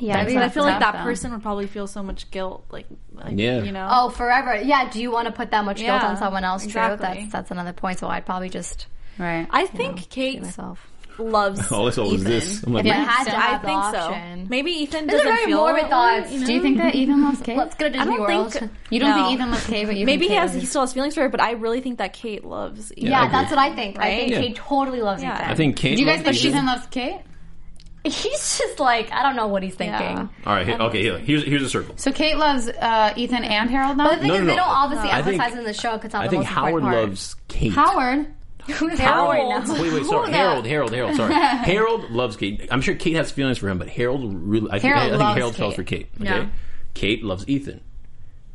S2: yeah. I
S5: But I
S4: that's
S5: feel like
S4: tough,
S5: that
S4: though.
S5: person would probably feel so much guilt, like, like
S3: Yeah.
S5: you know.
S2: Oh, forever. Yeah. Do you want to put that much guilt
S5: Yeah,
S2: on someone else? True.
S5: exactly.
S2: That's that's another point. So I'd probably just
S4: right.
S5: I think Kate
S2: myself.
S5: loves.
S3: all I saw was
S5: Ethan.
S3: Oh, this. I'm like,
S2: If I
S3: "Man,
S2: had to
S5: So
S2: have
S5: I
S2: the
S5: think
S2: option.
S5: so. Maybe Ethan
S2: These are
S5: doesn't
S2: very
S5: feel
S2: morbid
S5: that
S2: thoughts.
S5: way, you know?
S4: Do you think that Ethan loves Kate?
S2: Let's go to
S5: I
S2: Disney
S5: don't
S2: World.
S5: think
S4: You don't
S5: no.
S4: think Ethan loves Kate, but you
S5: Maybe
S4: think
S5: he
S4: Kate
S5: has he
S4: loves-
S5: still has feelings for her, but I really think that Kate loves. Ethan.
S2: yeah,
S3: I agree.
S2: that's what I think. I
S5: Right?
S2: think
S5: Yeah.
S2: he totally loves
S5: Yeah.
S2: Ethan.
S3: I think Kate.
S4: Do you guys
S3: loved
S4: think
S3: Ethan.
S4: Ethan loves Kate?
S2: he's just like I don't know what he's thinking.
S5: Yeah.
S3: All right. Here, okay. Here, here's here's a circle.
S4: So Kate loves uh, Ethan and Harold
S2: But the
S4: now.
S2: thing
S3: No,
S2: is,
S3: no,
S2: they
S3: no.
S2: don't obviously
S3: I think-
S2: emphasize it in the show because
S3: I think Howard loves Kate.
S4: Howard.
S2: Who's
S5: Harold.
S2: Howard now?
S3: Wait, wait, sorry. Harold, Harold, Harold. Sorry, Harold loves Kate. I'm sure Kate has feelings for him, but Harold really. I, think I
S4: Harold
S3: think
S4: loves
S3: Harold falls
S4: Kate.
S3: for Kate. Okay,
S4: Yeah.
S3: Kate loves Ethan.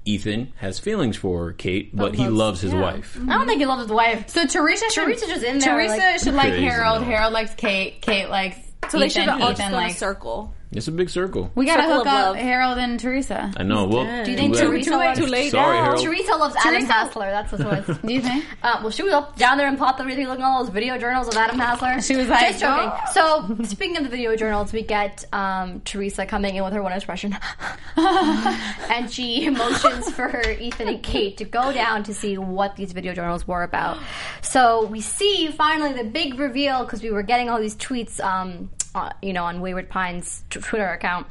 S3: Ethan has feelings for Kate, but, he loves his wife.
S2: I don't think he loves his wife.
S4: So Teresa, should,
S2: Teresa's just in there,
S4: Teresa
S2: like-
S4: should like
S3: Crazy,
S4: Harold.
S3: no.
S4: Harold likes Kate. Kate likes.
S5: So they should
S4: Ethan.
S5: all just
S4: Ethan
S5: go in a
S4: likes.
S5: circle.
S3: It's a big circle.
S4: We gotta
S5: Circle
S4: hook
S5: of
S4: up
S5: love.
S4: Harold and Teresa.
S3: I know. Well,
S2: Do you think
S3: well,
S2: Teresa loves?
S5: Too late
S3: Sorry,
S5: now.
S3: Harold.
S2: Teresa loves Adam
S4: Teresa-
S2: Hassler. That's what's what it's.
S4: Do you think?
S2: Uh, well, she was up down there in Pop the Really looking at all those video journals of Adam Hassler.
S4: She was
S2: just
S4: like,
S2: joking. So, speaking of the video journals, we get um, Teresa coming in with her one expression, and she motions for her Ethan and Kate to go down to see what these video journals were about. So we see finally the big reveal because we were getting all these tweets, um, uh, you know, on Wayward Pines t- Twitter account.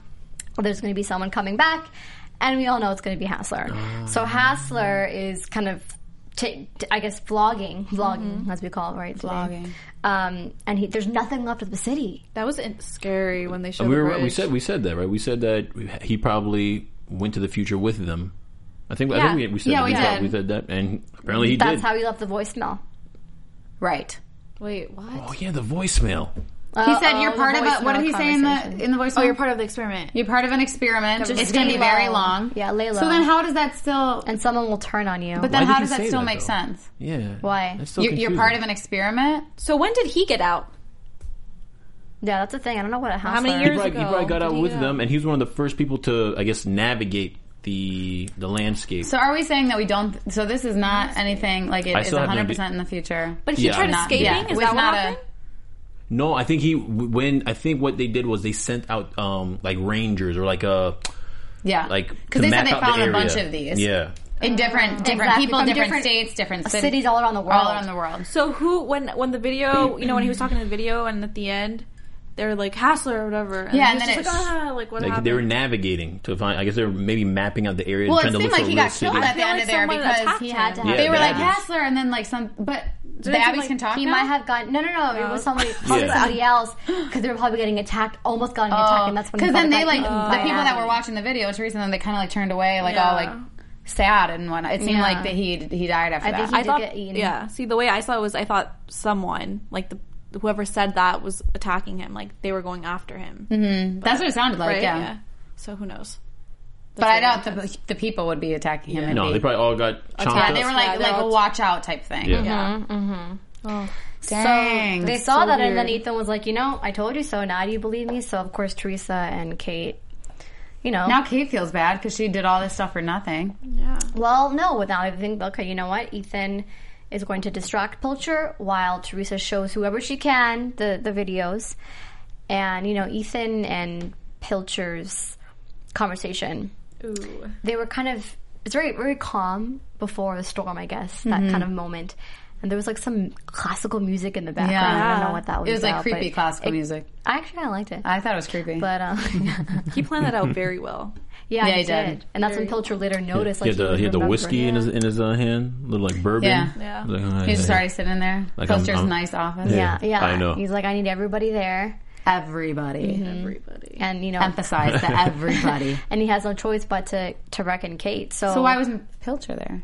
S2: There's going to be someone coming back, and we all know it's going to be Hassler. So Hassler is kind of. ta- t- I guess vlogging, vlogging
S4: Mm-hmm.
S2: as we call it, right? Vlogging, um, and he, there's nothing left of the city.
S5: That was in- scary when they showed.
S3: Uh, we
S5: the
S3: were,
S5: bridge.
S3: we said we said that right. We said that we- he probably went to the future with them. I think I
S5: Yeah.
S3: think we, we said
S4: Yeah,
S3: that.
S4: we
S3: thought-
S4: did.
S3: we said that, and apparently he
S2: That's
S3: did.
S2: how he left the voicemail.
S4: Right.
S5: Wait, what?
S3: oh yeah, the voicemail.
S4: He said you're
S2: the
S4: part of a.
S2: voicemail
S4: What did he say in the
S2: conversation.
S4: in the voice?
S5: of the experiment.
S4: You're part Oh, of an experiment.
S2: Just
S4: it's going to be
S2: stay
S4: very
S2: low.
S4: long.
S2: Yeah, lay
S4: So
S2: low.
S4: then, how does that still?
S2: and someone will turn on you.
S4: But then,
S3: Why
S4: how
S3: did
S4: does
S3: he
S4: that
S3: say
S4: still
S3: that,
S4: make
S3: though?
S4: sense?
S3: Yeah.
S2: Why?
S3: That's still
S4: You're, you're
S3: confusing.
S4: part of an experiment.
S5: So when did he get out?
S2: yeah, that's the thing. I don't know what a house.
S5: How many
S2: are.
S5: years-
S3: He probably, he
S5: ago.
S3: probably got out
S5: Did he
S3: with
S5: get
S3: them, and he was one of the first people to, I guess, navigate the the landscape.
S4: So are we saying that we don't? So this is not anything like it
S3: I
S4: is
S3: still have no
S4: 100 percent in the future.
S5: But he
S3: Yeah.
S5: tried
S3: Not-
S5: escaping.
S3: yeah.
S5: Is
S4: With
S5: that what
S4: not a-
S5: happened?
S3: no, I think he when I think what they did was they sent out um like rangers or like a
S4: yeah,
S3: like to
S4: because they
S3: map
S4: said they
S3: out the
S4: found a
S3: area.
S4: bunch of these Oh,
S3: Yeah,
S4: in different different
S2: Exactly,
S4: people,
S2: from
S4: different,
S2: different
S4: states, different cit-
S2: cities all around the world?
S4: all around the world.
S5: So who when when the video you know when he was talking in the video and at the end they're like Hassler or whatever. And
S4: Yeah,
S5: he
S4: and
S5: was
S4: then
S5: just
S4: it's-
S5: like, ah, like what
S3: like
S5: happened?
S3: they were navigating to find. I guess they were maybe mapping out the area,
S4: Well,
S3: trying
S4: it
S3: to
S4: seemed
S3: look
S4: like
S3: for
S4: he
S3: a real
S4: got
S3: city.
S4: killed at the
S5: feel
S4: end
S5: like
S4: of there
S5: someone
S4: because
S5: attacked
S4: he
S5: him.
S4: had to.
S2: Yeah,
S4: Have, they were like
S3: that is-
S4: Hassler, and then like some, but the
S5: it seem
S4: Abbeys
S5: like
S4: can talk.
S2: He
S4: now?
S2: might have gotten no, no, no. It was somebody, probably
S3: Yeah.
S2: somebody else, because they were probably getting attacked, almost got an attack, and that's when. he
S4: because Oh. then
S2: probably
S4: they
S2: got
S4: like
S2: eaten
S4: the
S2: by
S4: people
S2: an
S4: that were
S2: atom.
S4: watching the video, Teresa, and then they kind of like turned away, like
S5: Yeah.
S4: all like sad and whatnot. It seemed
S2: Yeah.
S4: like that he he died after
S2: I
S4: that.
S2: think
S5: I
S2: did
S5: thought
S2: get eaten.
S5: yeah. See the way I saw it was I thought someone like the whoever said that was attacking him like they were going after him.
S4: That's what it sounded like,
S5: Right?
S4: yeah.
S5: So who knows?
S4: But I doubt the the people would be attacking him.
S3: No,
S4: it'd
S3: they
S4: be-
S3: probably all got chomped
S4: yeah,
S3: up.
S4: they were Mm-hmm.
S5: Yeah,
S4: like
S5: they
S4: like a
S5: all-
S4: watch out type thing.
S3: Yeah.
S5: Yeah.
S4: Dang.
S2: So they saw
S5: so
S2: that, and then
S5: weird.
S2: Ethan was like, "You know, I told you so. Now do you believe me?" So of course, Teresa and Kate, you know,
S4: Now Kate feels bad because she did all this stuff for nothing.
S5: Yeah.
S2: Well, no, without I think okay, you know what? Ethan is going to distract Pilcher while Teresa shows whoever she can the, the videos. And, you know, Ethan and Pilcher's conversation.
S5: Ooh.
S2: They were kind of it's very very calm before the storm, I guess, that
S4: Mm-hmm.
S2: kind of moment. And there was like some classical music in the background. I don't know what that was.
S4: It was like
S2: about, but
S4: creepy classical
S2: it-
S4: music.
S2: I actually I liked it.
S4: I thought it was creepy.
S2: but um,
S5: He planned that out very well.
S2: yeah,
S4: Yeah,
S2: he
S4: he
S2: did.
S4: did.
S2: and that's when Pilcher later noticed.
S3: He
S2: Like
S3: had the, he had the
S2: remembered.
S3: whiskey in his in his uh, hand, little like bourbon.
S4: Yeah.
S5: Yeah.
S3: Like, oh,
S4: he was just
S3: yeah.
S4: already sitting there.
S3: Like, I'm-
S4: Poster's
S3: I'm-
S4: nice office.
S2: Yeah, yeah.
S3: I know.
S2: He's like, I need everybody there,
S4: Everybody.
S5: Everybody.
S2: and you know,
S4: Emphasize the everybody.
S2: and he has no choice but to to reckon Kate. So,
S4: so why wasn't Pilcher there?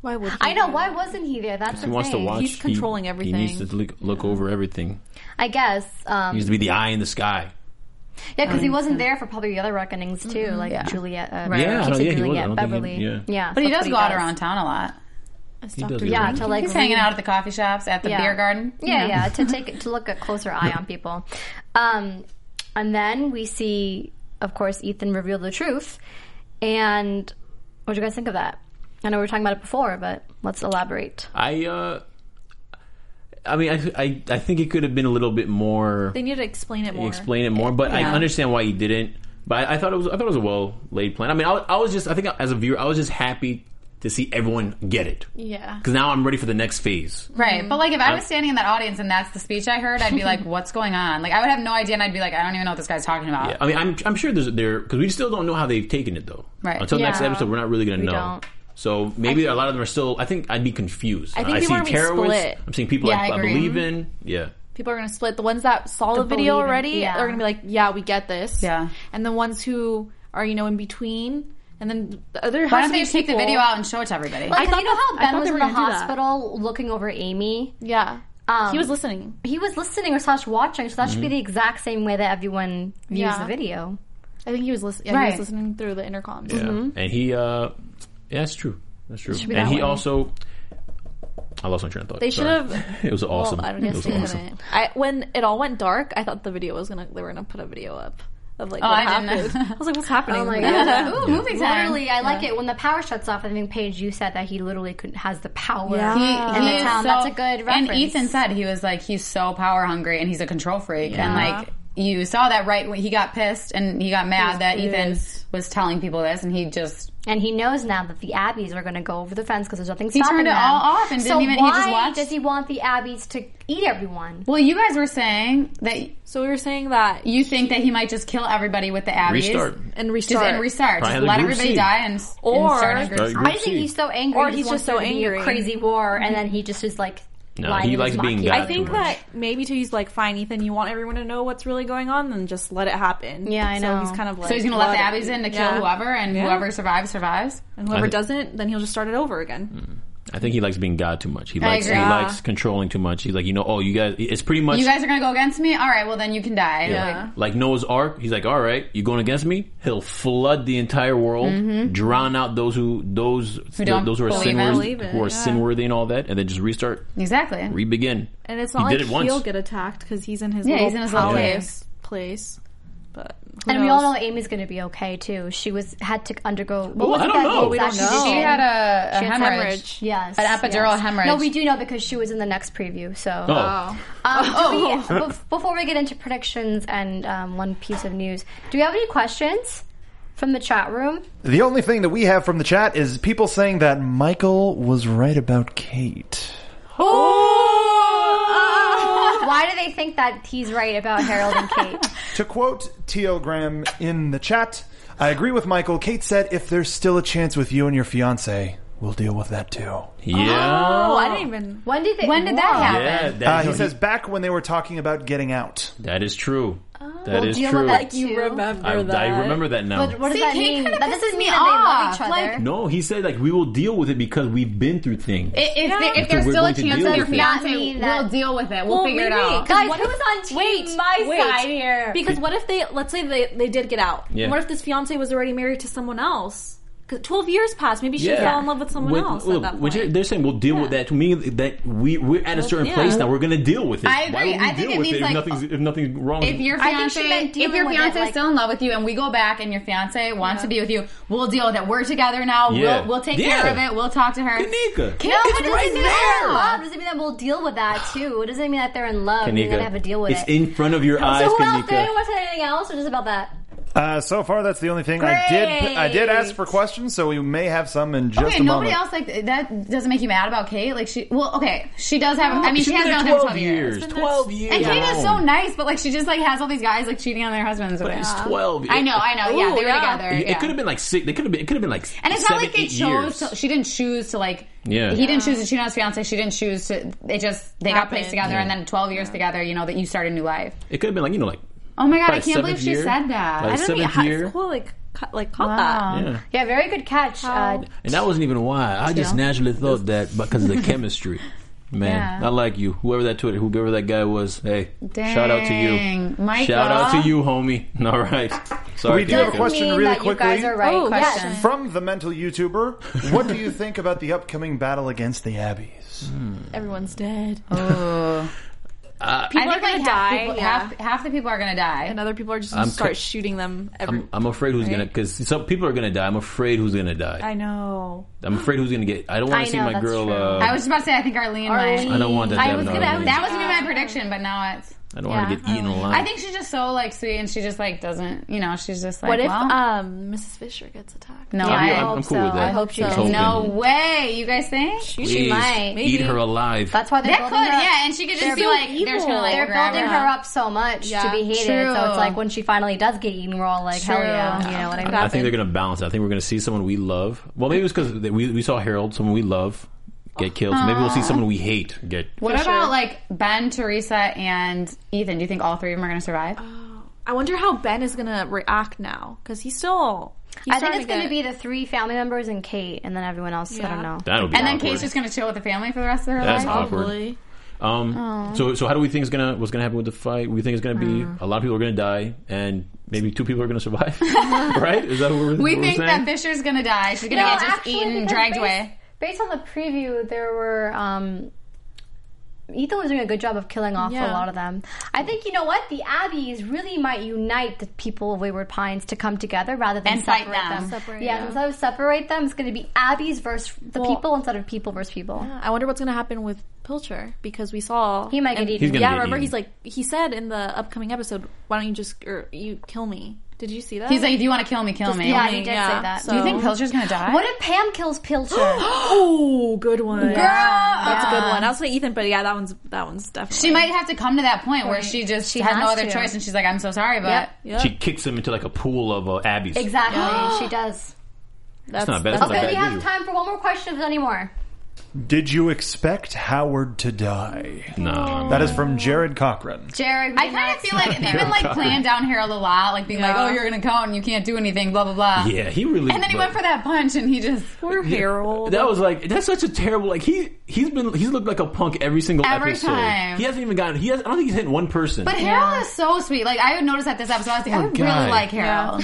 S5: Why would he
S2: I know
S5: do
S2: why
S5: that?
S2: wasn't he there? That's
S3: He
S2: the
S3: wants to
S2: thing.
S3: watch.
S5: He's
S3: he-
S5: controlling
S3: He needs
S5: everything.
S3: to look, look over everything.
S2: I guess.
S3: He
S2: Um,
S3: needs to be the eye in the sky.
S2: Yeah, because he wasn't there for probably the other reckonings too, like
S4: Mm-hmm. Yeah.
S2: Juliet, uh,
S4: Right. Yeah, I
S2: I
S3: don't-
S2: keep saying
S3: yeah, he
S2: Juliet,
S3: wasn't. I don't think
S2: Beverly.
S3: he- yeah.
S4: But he
S2: that's
S4: does
S2: what
S4: go out around town a lot.
S3: He does do
S2: Yeah,
S3: that.
S2: to like
S4: He's hanging
S2: read-
S4: out at the coffee shops, at the
S2: yeah.
S4: beer garden.
S2: Yeah, yeah, to take to look a closer eye on people. Um, and then we see, of course, Ethan reveal the truth. And what do you guys think of that? I know we were talking about it before, but let's elaborate.
S3: I, uh, I mean, I, I, I think it could have been a little bit more.
S5: They need to explain it more.
S3: explain it more. But
S4: Yeah.
S3: I understand why he didn't. But I, I thought it was I thought it was a well laid plan. I mean, I, was- I was just I think as a viewer, I was just happy to see everyone get it
S5: Yeah.
S3: because now I'm ready for the next phase.
S4: Right. But like if I was standing in that audience and that's the speech I heard, I'd be like, what's going on? Like I would have no idea and I'd be like, I don't even know what this guy's talking about.
S3: Yeah, I mean, I'm I'm sure there's there because we still don't know how they've taken it though.
S4: Right.
S3: Until next
S2: Yeah.
S3: episode, we're not really gonna
S2: We
S3: know.
S2: don't.
S3: So maybe a lot of them are still. I think I'd be confused.
S5: I think people are gonna be split.
S3: I'm seeing people
S4: Yeah,
S3: I,
S4: I
S3: I
S4: agree.
S3: believe in. Yeah.
S5: People are going to split. The ones that saw the,
S2: The
S5: video
S2: believing,
S5: already
S2: yeah.
S5: are going to be like, yeah, we get this.
S4: Yeah.
S5: And the ones who are, you know, in between. And then the other
S4: Why
S5: half
S4: don't
S5: of
S4: they
S5: these
S4: just take the
S5: people-
S4: video out and show it to everybody?
S2: Like,
S5: thought
S2: you know
S5: that-
S2: how
S5: I thought
S2: Ben
S5: they
S2: was in
S5: were
S2: the
S5: gonna do that.
S2: hospital looking over Amy?
S5: Yeah.
S2: Um,
S5: he was listening.
S2: He was listening or slash watching, so that should be the exact same way that everyone views
S5: Yeah.
S2: the video.
S5: I think he was, lis- yeah, he
S4: Right.
S5: was listening through the intercoms.
S3: Yeah. And he, uh, yeah, that's true. That's true.
S2: be that
S3: And he
S2: way.
S3: also, I lost my train of thought.
S5: They should
S3: Sorry.
S5: have-
S3: it was awesome.
S5: Well, I don't
S3: it
S5: guess
S3: was
S5: they
S3: awesome.
S5: didn't. I when it all went dark, I thought the video was gonna they were gonna put a video up of like
S4: Oh,
S5: what
S4: I
S5: happened.
S4: didn't.
S5: I was like, what's happening?
S2: Oh my
S5: Like,
S2: god!
S4: Ooh, movie time.
S2: Literally, I like it when the power shuts off. I think Paige, you said that he literally could, has the power.
S5: Yeah.
S4: He-
S2: in
S4: he
S2: Ah. the
S4: is
S2: town.
S4: so-
S2: That's a good reference.
S4: And Ethan said he was like, he's so power hungry and he's a control freak. And like, you saw that right when he got pissed and he got mad that Ethan was telling people this and he just,
S2: And he knows now that the abbeys are going to go over the fence because there's nothing
S4: He
S2: stopping
S4: turned it
S2: them.
S4: all off and
S2: so
S4: didn't even- he
S2: why
S4: just watched?
S2: does he want the abbeys to eat everyone?
S4: well, you guys were saying that
S5: So we were saying that
S4: you think that he might just kill everybody with the abbeys.
S3: Restart.
S5: and
S4: Just
S5: restart.
S4: and restart.
S3: Probably
S4: Just
S3: have a
S4: let
S3: group
S4: everybody
S3: C.
S4: die and,
S5: Or-
S2: Oh
S4: and start a group
S3: Start a Uh,
S4: C.
S3: group
S2: I think
S3: C.
S2: he's so angry.
S5: Or
S2: he
S5: he's
S2: wants
S5: just so
S2: there to be a
S5: angry.
S2: crazy war, and then he just is like.
S3: No,
S2: lying
S3: he
S2: in his
S3: likes being
S2: mocking.
S5: I
S3: guided.
S5: think
S3: Afterwards.
S5: that maybe too, he's like, fine, Ethan, you want everyone to know what's really going on, then just let it happen.
S2: Yeah, I know.
S5: So he's kind of like,
S4: So he's going to let the
S5: let it.
S4: abbeys in to kill
S5: Yeah.
S4: whoever and
S5: Yeah.
S4: whoever survives, survives.
S5: And whoever
S3: I Hmm. thi-
S5: doesn't, then he'll just start it over again.
S3: I think he likes being God too much. He likes he
S4: agree.
S3: likes controlling too much. He's like, you know, oh, you guys, it's pretty much
S4: You guys are going to go against me? All right, well then you can die. Like,
S5: Yeah.
S3: like Noah's Ark. He's like, all right, you going against me? He'll flood the entire world, drown out those who those who
S4: don't
S3: those who are
S4: believe in.
S3: sinworthy,
S5: Mm-hmm. Believe in,
S3: who are
S5: yeah.
S3: sinworthy and all that, and then just restart,
S4: exactly.
S3: re-begin.
S5: And it's not
S3: he
S5: like
S3: did it
S5: he'll
S3: once.
S5: get attacked because he's in his
S4: Yeah,
S5: little
S4: he's in
S3: Oh,
S4: his little
S5: palace
S4: cave.
S5: place. But who
S2: And we all
S5: knows?
S2: know Amy's going to be okay too. She was had to undergo. What
S3: Well,
S2: was
S3: I
S2: it
S3: don't
S2: that exactly
S3: know. We
S5: don't know.
S2: did?
S4: She had a, a
S5: She had
S4: hemorrhage.
S5: hemorrhage.
S2: Yes,
S4: An epidural
S2: yes.
S4: hemorrhage.
S2: No, we do know because she was in the next preview. So,
S3: Oh,
S2: um, do we- bef- before we get into predictions and um, one piece of news, do we have any questions from the chat room?
S6: The only thing that we have from the chat is people saying that Michael was right about Kate.
S2: Why do they think that he's right about Harold and Kate?
S6: To quote T.O. Graham in the chat, I agree with Michael. Kate said, if there's still a chance with you and your fiance, we'll deal with that too.
S3: yeah,
S5: Oh, I didn't even.
S2: When did they,
S4: When did that
S2: Whoa.
S4: happen?
S3: yeah. That,
S6: Uh,
S3: no,
S6: he
S3: he-
S6: says, back when they were talking about getting out.
S3: that is true. That
S2: We'll
S3: is
S2: deal
S3: true.
S2: with that
S5: You
S2: too.
S5: remember
S3: I,
S5: that?
S3: I remember that now.
S2: But what does
S4: See,
S2: that
S4: he
S2: mean?
S4: kinda
S2: That doesn't
S4: pisses
S2: mean
S4: me
S2: that they
S4: off.
S2: love each
S4: Like,
S2: other.
S3: no, he said like we will deal with it because we've been through things.
S4: I- If, there- if
S3: So
S4: there's
S3: we're
S4: still a
S3: going to
S4: chance
S3: deal
S4: that your
S3: with it.
S2: That
S4: fiance,
S2: mean
S4: we'll
S2: that-
S4: deal with it. We'll, figure it
S5: maybe,
S4: out.
S5: 'cause
S2: Guys,
S5: what
S2: who
S5: if-
S2: was on team
S5: wait,
S2: my
S5: wait.
S2: side here?
S5: Because what if they, let's say they, they did get out.
S3: Yeah.
S5: What if this fiance was already married to someone else? 'Cause Twelve years passed. Maybe she fell in love with someone else
S3: look,
S5: at that point.
S3: which they're saying we'll deal with that. To me, that we we're at a certain
S5: yeah.
S3: place now. We're going to deal with it. Why
S4: I agree.
S3: would we
S4: I think
S3: deal
S4: it
S3: with
S4: means,
S3: it
S4: like,
S3: if nothing's if nothing's wrong?
S4: If your
S2: I think she
S4: fiance,
S2: meant
S4: if
S2: dealing
S4: your
S2: with it,
S4: fiance is
S2: like-
S4: still in love with you, and we go back, and your fiance wants to be with you, we'll deal with it. We're together now.
S3: Yeah.
S4: We'll we'll take
S3: Yeah.
S4: care of it. We'll talk to her.
S3: Kanika.
S4: Kin-
S2: No,
S4: It's
S2: but does
S4: right
S2: it mean
S4: there.
S2: they're in love? Does it mean that we'll deal with that too? It doesn't mean that they're in love. Kanika, they have to deal with
S3: it's
S2: it.
S3: in front of your eyes,
S2: so who else? Did anyone
S3: Kanika.
S2: want to say anything else, or just about that?
S6: Uh, so far, that's the only thing I did. I did ask for questions, so we may have some in just
S4: Okay,
S6: a
S4: nobody
S6: moment.
S4: else like that doesn't make you mad about Kate. Like she, well, okay, she does have. I mean, she
S3: She's
S4: has
S3: been
S4: been with
S3: there
S4: him
S3: twelve
S4: twelve years.
S3: years. Twelve years.
S4: And Kate is so nice, but like she just like has all these guys like cheating on their husbands.
S3: But it's twelve.
S4: I know, I know. yeah,
S5: Ooh,
S4: they were
S5: yeah.
S4: together.
S3: It,
S4: yeah.
S3: could have been like six. They could have been. It could have been like.
S4: And it's
S3: seven,
S4: not like they
S3: eight years.
S4: chose. To, she didn't choose to like.
S3: Yeah.
S4: He didn't choose to cheat on his fiance. She didn't choose to. They just they got placed
S5: Happened.
S4: together, and then twelve years together. You know that you start a new life.
S3: It could have been like you know like.
S4: Oh my god, I
S3: probably
S4: can't believe
S3: seventh
S4: she
S3: year,
S4: said that. Um,
S3: Like
S5: I don't know
S3: seventh
S5: how
S3: year.
S5: cool, like, ca- like caught that.
S4: Wow.
S3: Yeah.
S2: Yeah, very good catch. Uh,
S3: And that wasn't even why. I just naturally thought that because of the chemistry. Man,
S4: Yeah.
S3: I like you. Whoever that Twitter, whoever that guy was, hey, shout out to you.
S4: Dang, Michael.
S3: Shout out to you, homie. All right. Sorry.
S6: We do have a
S3: Jacob.
S6: question
S2: mean
S6: really
S2: that you guys
S6: quickly.
S2: are right.
S5: Oh,
S2: Yes.
S5: question.
S6: From the mental YouTuber, what do you think about the upcoming battle against the Abbeys?
S5: Everyone's dead. Uh,
S4: Ooh.
S5: People
S4: I
S5: are
S4: think
S5: gonna
S4: like half,
S5: die.
S4: people,
S5: yeah.
S4: half, half the people are gonna die.
S5: and other people are just gonna
S3: I'm
S5: start
S3: co-
S5: shooting them. Every-
S3: I'm, I'm afraid who's gonna because some people are gonna die. I'm afraid who's gonna die.
S5: I know.
S3: I'm afraid who's gonna get. I don't want
S2: I
S3: to see
S2: know,
S3: my
S2: that's
S3: girl.
S2: true.
S3: Uh,
S4: I was just about to say I think Arlene,
S2: Arlene.
S3: I
S4: might.
S3: don't want that. to
S2: I
S3: happen
S2: was
S3: to
S2: gonna- I was-
S3: Arlene.
S4: That was gonna be my prediction, but now it's.
S3: I don't want to
S5: yeah,
S3: get
S5: I
S3: eaten alive.
S4: I think she's just so like sweet, and she just like doesn't, you know, she's just like.
S5: What if
S4: well,
S5: um, Mrs. Fisher gets attacked?
S4: No,
S3: I'll be-
S4: I
S3: I'm,
S4: hope
S3: I'm cool with
S2: so.
S3: that.
S2: I hope so.
S3: Just hoping.
S4: no way. You guys think?
S3: Please,
S2: might.
S3: eat her alive.
S2: That's why they're
S4: That
S2: building
S4: could,
S2: her up.
S4: yeah, and she could just be like, they're just gonna like
S2: They're
S4: grab
S2: building
S4: her.
S2: her up so much to
S5: Yeah,
S2: be hated.
S4: true.
S2: So it's like when she finally does get eaten, we're all like, hell
S4: True.
S2: yeah. You know what I mean?
S3: I think they're gonna balance. it. I think we're gonna see someone we love. Well, maybe it's because we we saw Harold, someone we love, get killed. So maybe we'll see someone we hate get.
S4: What about like Ben, Teresa, and Ethan? Do you think all three of them are gonna survive?
S5: I wonder how Ben is gonna react now because he's still. He's
S2: I think
S5: starting
S2: it's going to be
S5: get-
S2: the three family members and Kate, and then everyone else. I don't
S5: Yeah.
S2: know.
S3: That'll be.
S4: and then
S3: awkward.
S4: Kate's just gonna chill with the family for the rest of her
S3: That's
S4: life.
S3: awkward.
S5: Probably.
S3: Um, so so how do we think is gonna what's gonna happen with the fight? We think it's gonna be a lot of people are gonna die, and maybe two people are gonna survive. right? Is that what we're,
S4: We
S3: what
S4: think
S3: we're
S4: that
S3: saying?
S4: Fisher's gonna die. She's gonna
S2: No,
S4: get just
S2: actually,
S4: eaten,
S2: because
S4: dragged
S2: based-
S4: away.
S2: Based on the preview, there were. Um, Ethan was doing a good job of killing off a
S5: Yeah.
S2: lot of them. I think you know what the Abbeys really might unite the people of Wayward Pines to come together rather than
S4: And fight
S2: separate
S4: them.
S5: Separate,
S2: yeah,
S5: yeah.
S2: instead of separate them, it's going to be Abbeys versus the
S5: Well-
S2: people instead of people versus people.
S5: I wonder what's gonna happen with Pilcher because we saw
S2: He might get
S5: and-
S2: eaten. He's
S3: gonna
S5: yeah,
S3: get
S5: remember
S3: eaten.
S5: he's like he said in the upcoming episode, "Why don't you just or you kill me?" Did you see that?
S4: He's like, if you want to kill me, kill me.
S2: Yeah,
S5: me,
S2: he did say
S5: yeah,
S2: that.
S5: so-
S4: Do you think Pilcher's gonna die?
S2: What if Pam kills Pilcher?
S5: "Oh, good one, girl." That's a
S4: Yeah.
S5: good one. I was like Ethan, but yeah, that one's that one's definitely.
S4: uh, she might have to come to that point where she just she has no
S2: has
S4: other
S2: to.
S4: choice, and she's like, I'm so sorry, but
S2: Yep.
S5: Yeah,
S3: She kicks him into like a pool of uh, abbeys.
S2: exactly, she does.
S5: that's
S3: not bad. That's
S2: Okay,
S3: not
S2: we
S3: bad.
S2: have
S3: you.
S2: time for one more question, if there's any more.
S6: Did you expect Howard to die?
S3: No,
S6: That is from Jared Cochran.
S2: Jared,
S4: I kind of feel like they've been like playing down Harold a lot, like being like,
S5: Yeah.
S4: "Oh, you're gonna count and you can't do anything," blah blah blah.
S3: yeah, he really.
S4: And then he went for that punch, and he just
S5: Poor Harold.
S3: That was like that's such a terrible like he he's been he's looked like a punk every single
S4: Every
S3: episode.
S4: time.
S3: He hasn't even gotten he has, I don't think he's hit one person.
S4: But Harold is so sweet. Like I would notice at this episode, I was
S3: Oh,
S4: like, I really
S3: guy.
S4: like Harold.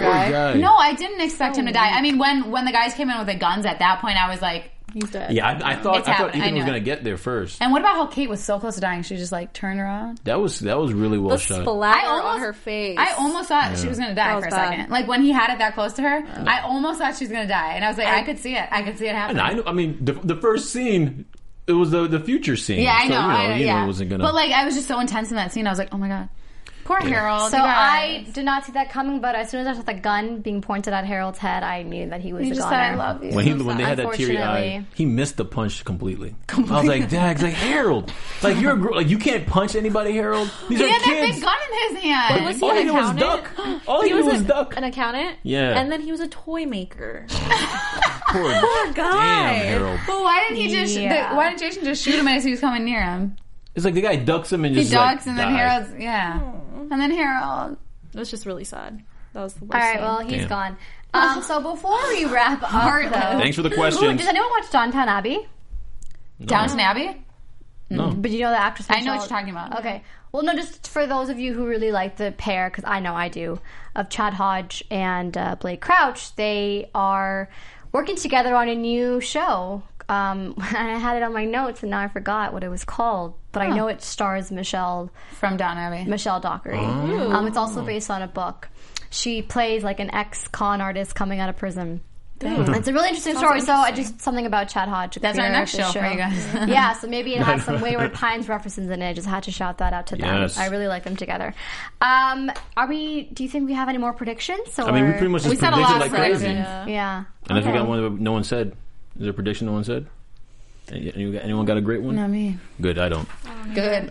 S3: Poor
S5: guy.
S3: guy.
S4: No, I didn't expect him to die. I mean, when when the guys came in with the guns at that point, I was like,
S5: He's dead.
S3: Yeah, I, I thought
S4: It's
S3: I thought
S4: happening. I
S3: Ethan
S4: knew
S3: was gonna
S4: it.
S3: get there first.
S4: and what about how Kate was so close to dying? She just like turned around.
S3: That was that was really well
S5: The
S3: shot.
S5: splatter
S4: I almost-
S5: on her face.
S4: I almost thought she was gonna die
S5: That was
S4: for a
S5: bad.
S4: second. Like when he had it that close to her, I almost thought she was gonna die, and I was like, I, could see it. I could see it happen.
S3: And I know. I mean, the, the first scene, it was the the future scene.
S4: Yeah, I
S3: So,
S4: know.
S3: You know,
S4: I,
S3: you
S4: yeah.
S3: know it wasn't gonna.
S4: But like, I was just so intense in that scene. I was like, oh my god, poor Harold.
S2: So
S4: you
S2: I
S4: guys.
S2: did not see that coming, but as soon as I saw the gun being pointed at Harold's head, I knew that he was
S4: You
S2: a
S4: just
S2: goner.
S4: said I love you.
S3: when he
S4: I'm
S3: when they
S4: sorry.
S3: had that teary eye,
S2: Unfortunately.
S3: he missed the punch completely. I was like, Dags, like Harold, like you're a gr- like you can't punch anybody, Harold. These
S4: he
S3: are
S4: had that
S3: kids.
S4: big gun in his hand.
S5: Was he
S3: All
S5: an
S3: he did was
S5: accountant?
S3: duck. All he did was
S5: an,
S3: duck.
S5: An accountant.
S3: Yeah.
S5: And then he was a toy maker.
S3: Poor
S5: Ah! guy.
S3: Damn, Harold.
S4: But why didn't he just?
S2: Yeah.
S4: The, why didn't Jason just shoot him as he was coming near him?
S3: It's like the guy ducks him and
S4: He
S3: just like,
S4: ducks, and then
S3: die.
S4: Harold's yeah, and then Harold.
S5: It was just really sad. That was the worst.
S2: All right,
S5: scene.
S2: well, he's
S3: Damn.
S2: gone. Um, so before we wrap up, though,
S3: Thanks for the
S2: Ooh,
S3: questions.
S2: does anyone watch Downtown Abbey?
S4: Downton Abbey.
S3: No.
S2: But you know the actress.
S4: I know what
S2: herself?
S4: you're talking about.
S2: Okay. Well, no, just for those of you who really like the pair, because I know I do, of Chad Hodge and uh, Blake Crouch, they are working together on a new show. Um, I had it on my notes, and now I forgot what it was called. But I know it stars Michelle
S4: From Downton Abbey.
S2: Michelle Dockery.
S3: Oh.
S2: Um, it's also based on a book. She plays like an ex con artist coming out of prison. Mm. It's a really interesting story. So I just something about Chad Hodge. the
S4: That's our
S2: creator of
S4: next
S2: this
S4: show for you guys.
S2: yeah, so maybe it has some Wayward Pines references in it. I just had to shout that out to them.
S3: Yes.
S2: I really like them together. Um, are we? Do you think we have any more predictions? Or
S3: I mean, we pretty much just
S4: We said a
S3: predicted
S4: lot
S3: like
S4: of
S3: crazy.
S4: predictions.
S2: yeah.
S3: And I
S2: Okay.
S3: forgot one that no one said. Is there a prediction no one said? Any- any- Anyone got a great one?
S4: I mean,
S3: Good, I don't.
S4: good.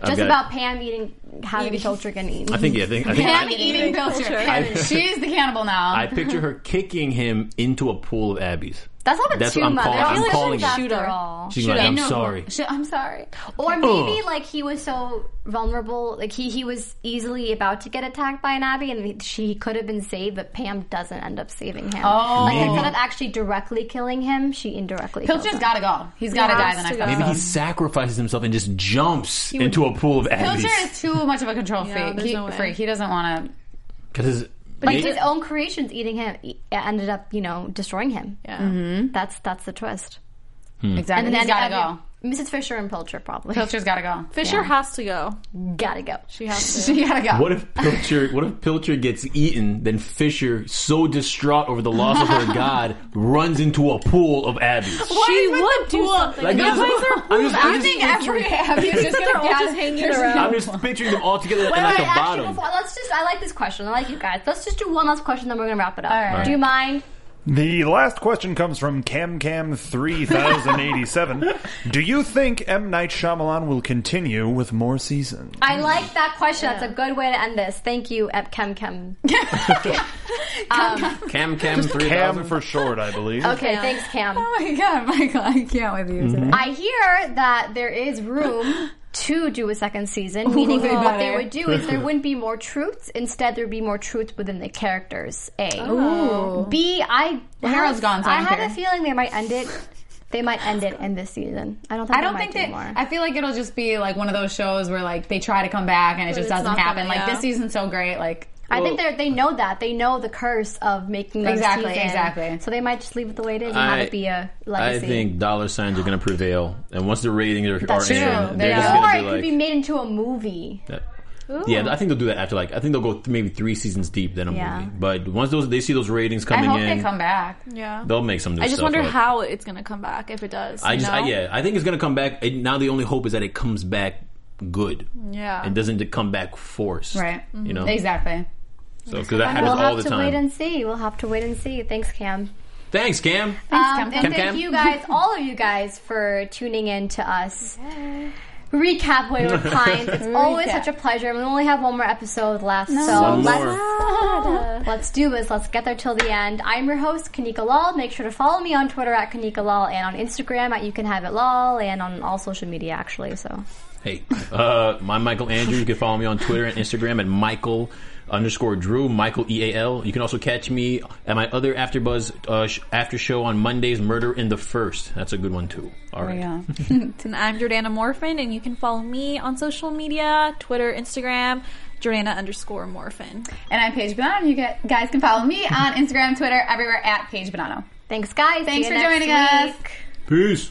S3: I've
S2: Just
S3: got-
S2: about Pam eating having Pilcher and eaten.
S3: I think yeah. I think I think
S4: Pam eating
S5: Pilcher.
S4: Pilcher. She's the cannibal now.
S3: I picture her kicking him into a pool of abbeys.
S2: That's all the
S3: That's
S2: two
S3: what I'm
S2: mothers.
S3: calling- I'm
S2: After
S3: calling it.
S5: Shoot her.
S2: all.
S3: She's like,
S5: I
S3: I'm
S5: know-
S3: sorry.
S4: Sh- I'm sorry.
S2: Or maybe like he was so vulnerable, like he, he was easily about to get attacked by an Abby, and she could have been saved, but Pam doesn't end up saving him. Oh, like instead of actually directly killing him, she indirectly. kills
S4: Pilcher's
S2: him.
S4: gotta go. He's gotta
S5: He
S4: die
S5: has
S4: the
S5: to
S4: next
S5: go.
S4: episode.
S3: Maybe he sacrifices himself and just jumps into a pool of Abby's.
S4: Pilcher is too much of a control
S5: Yeah,
S4: freak.
S5: there's
S4: He,
S5: no way.
S4: freak. he doesn't want to.
S3: Because
S2: Like his own creations eating him e- ended up, you know, destroying him.
S5: Yeah.
S2: That's that's the twist.
S4: Exactly.
S2: then
S4: He's gotta
S2: every-
S4: go.
S2: Mrs. Fisher and Pilcher probably
S4: Pilcher's gotta go.
S5: Fisher has to go.
S2: gotta go.
S5: She has to.
S4: She gotta go.
S3: what if Pilcher? What if Pilcher gets eaten? Then Fisher, so distraught over the loss of her god, runs into a pool of Abby's.
S5: she would do something.
S3: Like,
S5: That's
S3: this is-
S5: why they're
S3: I'm just,
S4: I
S3: I'm
S4: think
S3: just,
S4: every Abby is just
S5: they're
S4: gonna
S5: all just hanging around.
S3: I'm just picturing them all together in
S2: Wait,
S3: like
S2: wait,
S3: a
S2: actually,
S3: bottom.
S2: before, let's just. I like this question. I like you guys. Let's just do one last question, then we're gonna wrap it up.
S4: Alright.
S2: Do you mind?
S6: The last question comes from CamCam3087. Do you think M. Night Shyamalan will continue with more seasons?
S2: I like that question. That's a good way to end this. Thank you, Ep Chem Chem.
S3: Cam Cam three
S6: Cam
S3: thousand.
S6: for short, I believe.
S2: Okay, thanks, Cam.
S4: Oh my god, Michael, I can't with you today.
S2: I hear that there is room to do a second season, meaning
S4: they
S2: what they
S4: better.
S2: would do is there wouldn't be more truths. Instead, there'd be more truths within the characters. A. B. I.
S4: Oh. Harold's
S2: have,
S4: gone, so I
S2: I
S4: don't
S2: have
S4: care.
S2: a feeling they might end it. They might end it in this season. I don't think.
S4: I don't
S2: they
S4: think
S2: might
S4: that.
S2: do more.
S4: I feel like it'll just be like one of those shows where like they try to come back and it just
S5: it's
S4: doesn't
S5: not
S4: happen.
S5: gonna,
S4: Like
S5: yeah.
S4: this season's so great. Like
S2: I think they they know that they know the curse of making those
S4: Exactly,
S2: season.
S4: exactly.
S2: So they might just leave it the way it is and
S3: I-
S2: have it be a
S3: I
S2: legacy.
S3: think dollar signs are going to prevail, and once the ratings are, are
S2: That's
S3: in,
S2: true.
S3: they're
S4: They
S3: just
S4: are.
S2: or it
S3: going to be
S2: could
S3: like,
S2: be made into a movie.
S3: yeah. I think they'll do that after like I think they'll go th- maybe three seasons deep then a
S2: Yeah.
S3: movie. But once those they see those ratings
S4: I
S3: coming
S4: hope
S3: in,
S4: they come back.
S5: yeah.
S3: they'll make some new
S5: I just
S3: stuff.
S5: wonder
S3: up.
S5: how it's going to come back if it does.
S3: I just
S5: you know?
S3: I, yeah, I think it's going to come back. And now the only hope is that it comes back good.
S5: Yeah.
S3: It doesn't come back forced,
S4: Right.
S3: You know,
S4: Exactly.
S3: So because that happens
S2: We'll
S3: all
S2: have
S3: the
S2: to
S3: time.
S2: wait and see. We'll have to wait and see. Thanks, Cam.
S3: Thanks, Cam.
S2: Um,
S4: Cam.
S2: and
S3: Cam,
S2: thank
S3: Cam.
S2: you guys, all of you guys, for tuning in to us. Recap Wayward Pines. It's always
S4: Recap.
S2: such a pleasure. We only have one more episode left, so
S3: One
S2: let's
S3: more.
S2: Let's do this. Let's get there till the end. I'm your host, Kanika Lal. Make sure to follow me on Twitter at Kanika Lal and on Instagram at You Can Have It Lal and on all social media actually. So
S3: Hey, uh, my Michael Andrew. You can follow me on Twitter and Instagram at Michael underscore Drew, Michael E A L. You can also catch me at my other AfterBuzz uh, sh- after show on Mondays, Murder in the First. That's a good one too. All right.
S4: Yeah.
S5: And I'm Jordana Morfin, and you can follow me on social media Twitter, Instagram, Jordana underscore Morfin.
S4: And I'm Paige Bonano. and You get, guys can follow me on Instagram, Twitter, everywhere at Paige Bonano.
S2: thanks, guys.
S4: Thanks
S2: See
S4: for
S2: you next
S4: joining us.
S2: week.
S3: Peace.